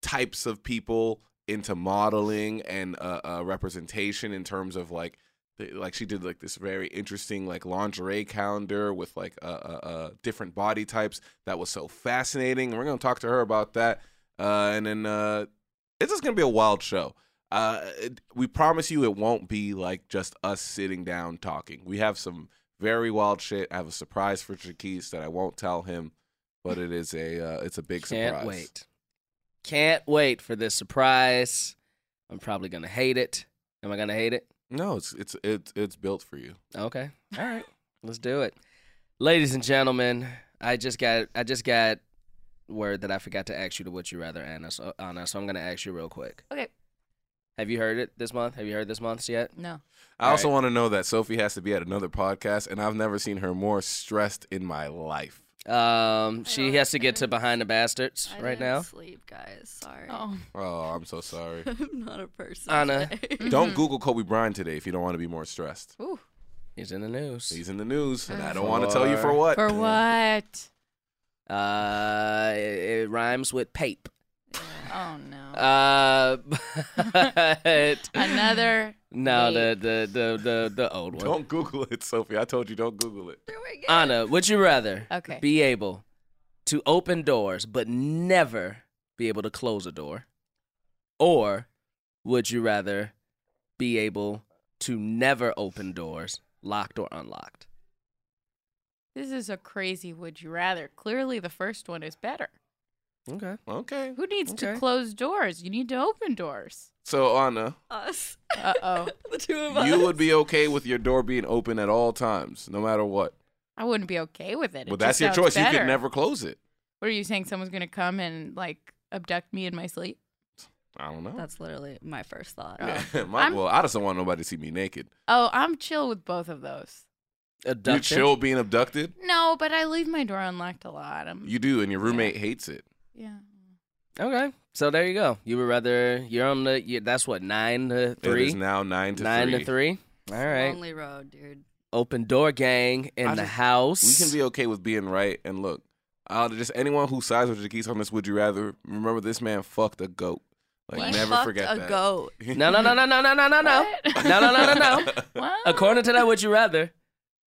Speaker 3: types of people into modeling and uh, uh, representation in terms of like the- like she did like this very interesting like lingerie calendar with like uh, uh, uh, different body types that was so fascinating we're gonna talk to her about that uh, and then uh, it's just gonna be a wild show uh, it, we promise you it won't be like just us sitting down talking we have some very wild shit i have a surprise for Jaquise that i won't tell him but it is a uh, it's a big
Speaker 5: Can't
Speaker 3: surprise
Speaker 5: wait. Can't wait for this surprise. I'm probably gonna hate it. Am I gonna hate it?
Speaker 3: No, it's it's it's it's built for you.
Speaker 5: Okay. All right. Let's do it. Ladies and gentlemen, I just got I just got word that I forgot to ask you to what you rather, Anna. So, Anna, so I'm gonna ask you real quick.
Speaker 4: Okay.
Speaker 5: Have you heard it this month? Have you heard this month's yet?
Speaker 4: No.
Speaker 3: I also
Speaker 5: Alright.
Speaker 3: want to know that Sophie has to be at another podcast, and I've never seen her more stressed in my life.
Speaker 5: Um, she
Speaker 6: don't
Speaker 5: has to get to
Speaker 6: care.
Speaker 5: behind the bastards
Speaker 6: I
Speaker 5: right
Speaker 6: didn't
Speaker 5: now.
Speaker 6: Sleep, guys. Sorry.
Speaker 4: Oh.
Speaker 3: Oh, I'm so sorry.
Speaker 6: I'm not a person.
Speaker 5: Anna.
Speaker 6: today.
Speaker 3: don't Google Kobe Bryant today if you don't want to be more stressed.
Speaker 4: Ooh.
Speaker 5: He's in the news.
Speaker 3: He's in the news, and I don't want to tell you for what.
Speaker 4: For what?
Speaker 5: Uh, it, it rhymes with pape.
Speaker 4: Oh no.
Speaker 5: Uh, but
Speaker 4: Another.
Speaker 5: no,
Speaker 4: Wait.
Speaker 5: the, the the the the old one.
Speaker 3: Don't Google it, Sophie. I told you don't Google it.
Speaker 6: Doing it.
Speaker 5: Anna, would you rather
Speaker 4: Okay.
Speaker 5: be able to open doors but never be able to close a door, or would you rather be able to never open doors, locked or unlocked?
Speaker 4: This is a crazy would you rather. Clearly, the first one is better.
Speaker 5: Okay.
Speaker 3: Okay.
Speaker 4: Who needs to
Speaker 5: Okay.
Speaker 4: close doors? You need to open doors.
Speaker 3: So Anna,
Speaker 6: Us.
Speaker 4: Uh oh.
Speaker 6: the two of us.
Speaker 3: you would be okay with your door being open at all times, no matter what.
Speaker 4: I wouldn't be okay with it. It
Speaker 3: Well,
Speaker 4: just
Speaker 3: that's your
Speaker 4: sounds
Speaker 3: choice. You
Speaker 4: better.
Speaker 3: could never close it.
Speaker 4: What are you saying? Someone's gonna come and like abduct me in my sleep?
Speaker 3: I don't know.
Speaker 6: That's literally my first thought.
Speaker 3: Yeah, my-
Speaker 4: I'm-
Speaker 3: well, I just don't want nobody to see me naked.
Speaker 4: Oh, I'm chill with both of those.
Speaker 5: Abduction.
Speaker 3: You chill being abducted?
Speaker 4: No, but I leave my door unlocked a lot. I'm,
Speaker 3: You do, and your roommate hates it.
Speaker 4: yeah.
Speaker 5: Okay. So there you go. You would rather you're on the you, that's what nine to
Speaker 3: It
Speaker 5: three.
Speaker 3: is now nine to
Speaker 5: nine
Speaker 3: three.
Speaker 5: to three. All right.
Speaker 6: Lonely road, dude.
Speaker 5: Open door gang in
Speaker 3: I
Speaker 5: the
Speaker 3: just-
Speaker 5: house.
Speaker 3: We can be okay with being right. And look, out of just anyone who sides with Jaquise on this, would you rather remember this man fucked a goat? Like
Speaker 6: He
Speaker 3: never
Speaker 6: fucked
Speaker 3: forget
Speaker 6: a
Speaker 3: that.
Speaker 6: goat.
Speaker 5: no, no, no, no, no, no, no, no, no,
Speaker 4: What?
Speaker 5: no, no, no, no, no.
Speaker 4: What?
Speaker 5: According to that, would you rather?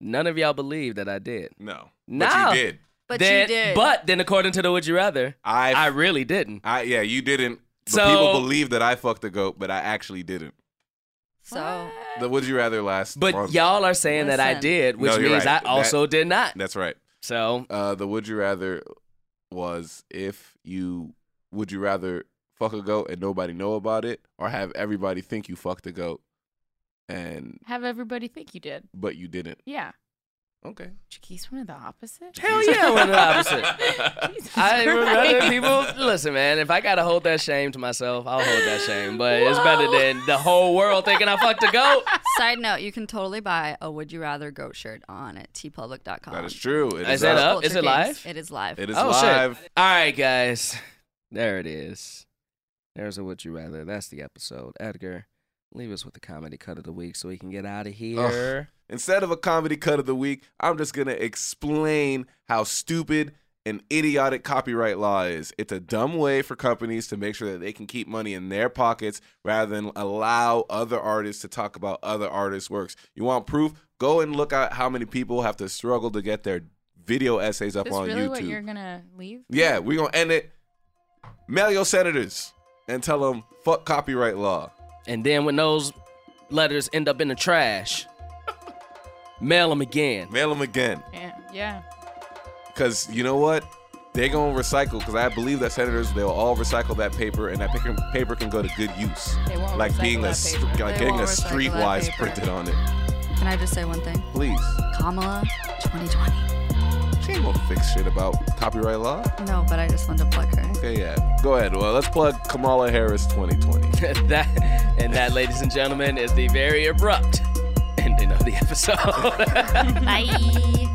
Speaker 5: None of y'all believe that I did.
Speaker 3: No,
Speaker 5: No.
Speaker 3: but you did.
Speaker 6: But
Speaker 5: Then-
Speaker 6: you did.
Speaker 5: But then, according to the would you rather,
Speaker 3: I,
Speaker 5: I
Speaker 3: I,
Speaker 5: really didn't.
Speaker 3: yeah, you didn't. But
Speaker 5: So-
Speaker 3: people believe that I fucked a goat, but I actually didn't.
Speaker 6: so
Speaker 3: The would you rather last?
Speaker 5: But
Speaker 3: month.
Speaker 5: y'all are saying that I
Speaker 6: Listen.
Speaker 5: did, which
Speaker 3: No, you're
Speaker 5: means
Speaker 3: right.
Speaker 5: I also did not.
Speaker 3: That's right.
Speaker 5: So
Speaker 3: Uh, the would you rather was if you would you rather fuck a goat and nobody know about it, or have everybody think you fucked a goat, and
Speaker 4: Have everybody think you did.
Speaker 3: but you didn't.
Speaker 4: Yeah.
Speaker 3: Okay.
Speaker 4: Jackie's one of the opposite.
Speaker 5: hell yeah, we're the opposite.
Speaker 4: Jesus
Speaker 5: I would rather
Speaker 4: Christ.
Speaker 5: people listen, man. If I gotta hold that shame to myself, I'll hold that shame. But it's better than the whole world thinking I fucked a goat.
Speaker 6: Side note, you can totally buy a Would You Rather Goat shirt on at tpublic.com.
Speaker 3: That is true. It
Speaker 5: Is that
Speaker 3: up.
Speaker 5: up? Is it live?
Speaker 6: It is live.
Speaker 3: It is
Speaker 5: Oh
Speaker 3: live.
Speaker 5: shit! All right, guys, there it is. There's a would you rather. That's the episode. Edgar, leave us with the comedy cut of the week so we can get out of here.
Speaker 3: Instead of a comedy cut of the week, I'm just gonna explain how stupid and idiotic copyright law is. It's a dumb way for companies to make sure that they can keep money in their pockets rather than allow other artists to talk about other artists' works. You want proof? Go and look at how many people have to struggle to get their video essays up
Speaker 4: Is
Speaker 3: on
Speaker 4: really
Speaker 3: YouTube.
Speaker 4: what you're gonna leave?
Speaker 3: Yeah, we're gonna end it. Mail your senators and tell them fuck copyright law.
Speaker 5: And then when those letters end up in the trash, mail them again.
Speaker 3: Mail them again.
Speaker 4: Yeah. Yeah.
Speaker 3: Because you know what? They're going to recycle because I believe that senators, they'll all recycle that paper and that paper, paper can go to good use.
Speaker 4: They won't
Speaker 3: like
Speaker 4: recycle
Speaker 3: being a,
Speaker 4: that
Speaker 3: str-
Speaker 4: paper.
Speaker 3: like
Speaker 6: They
Speaker 3: getting a
Speaker 6: won't recycle that
Speaker 3: streetwise
Speaker 6: paper.
Speaker 3: printed on it.
Speaker 6: Can I just say one thing?
Speaker 3: Please.
Speaker 6: Kamala 2020.
Speaker 3: She ain't going to fix shit about copyright law.
Speaker 6: No, but I just wanted to plug her.
Speaker 3: Okay, yeah. Go ahead. Well, let's plug Kamala Harris 2020.
Speaker 5: that and that, ladies and gentlemen, is the very abrupt ending of the episode.
Speaker 6: Bye.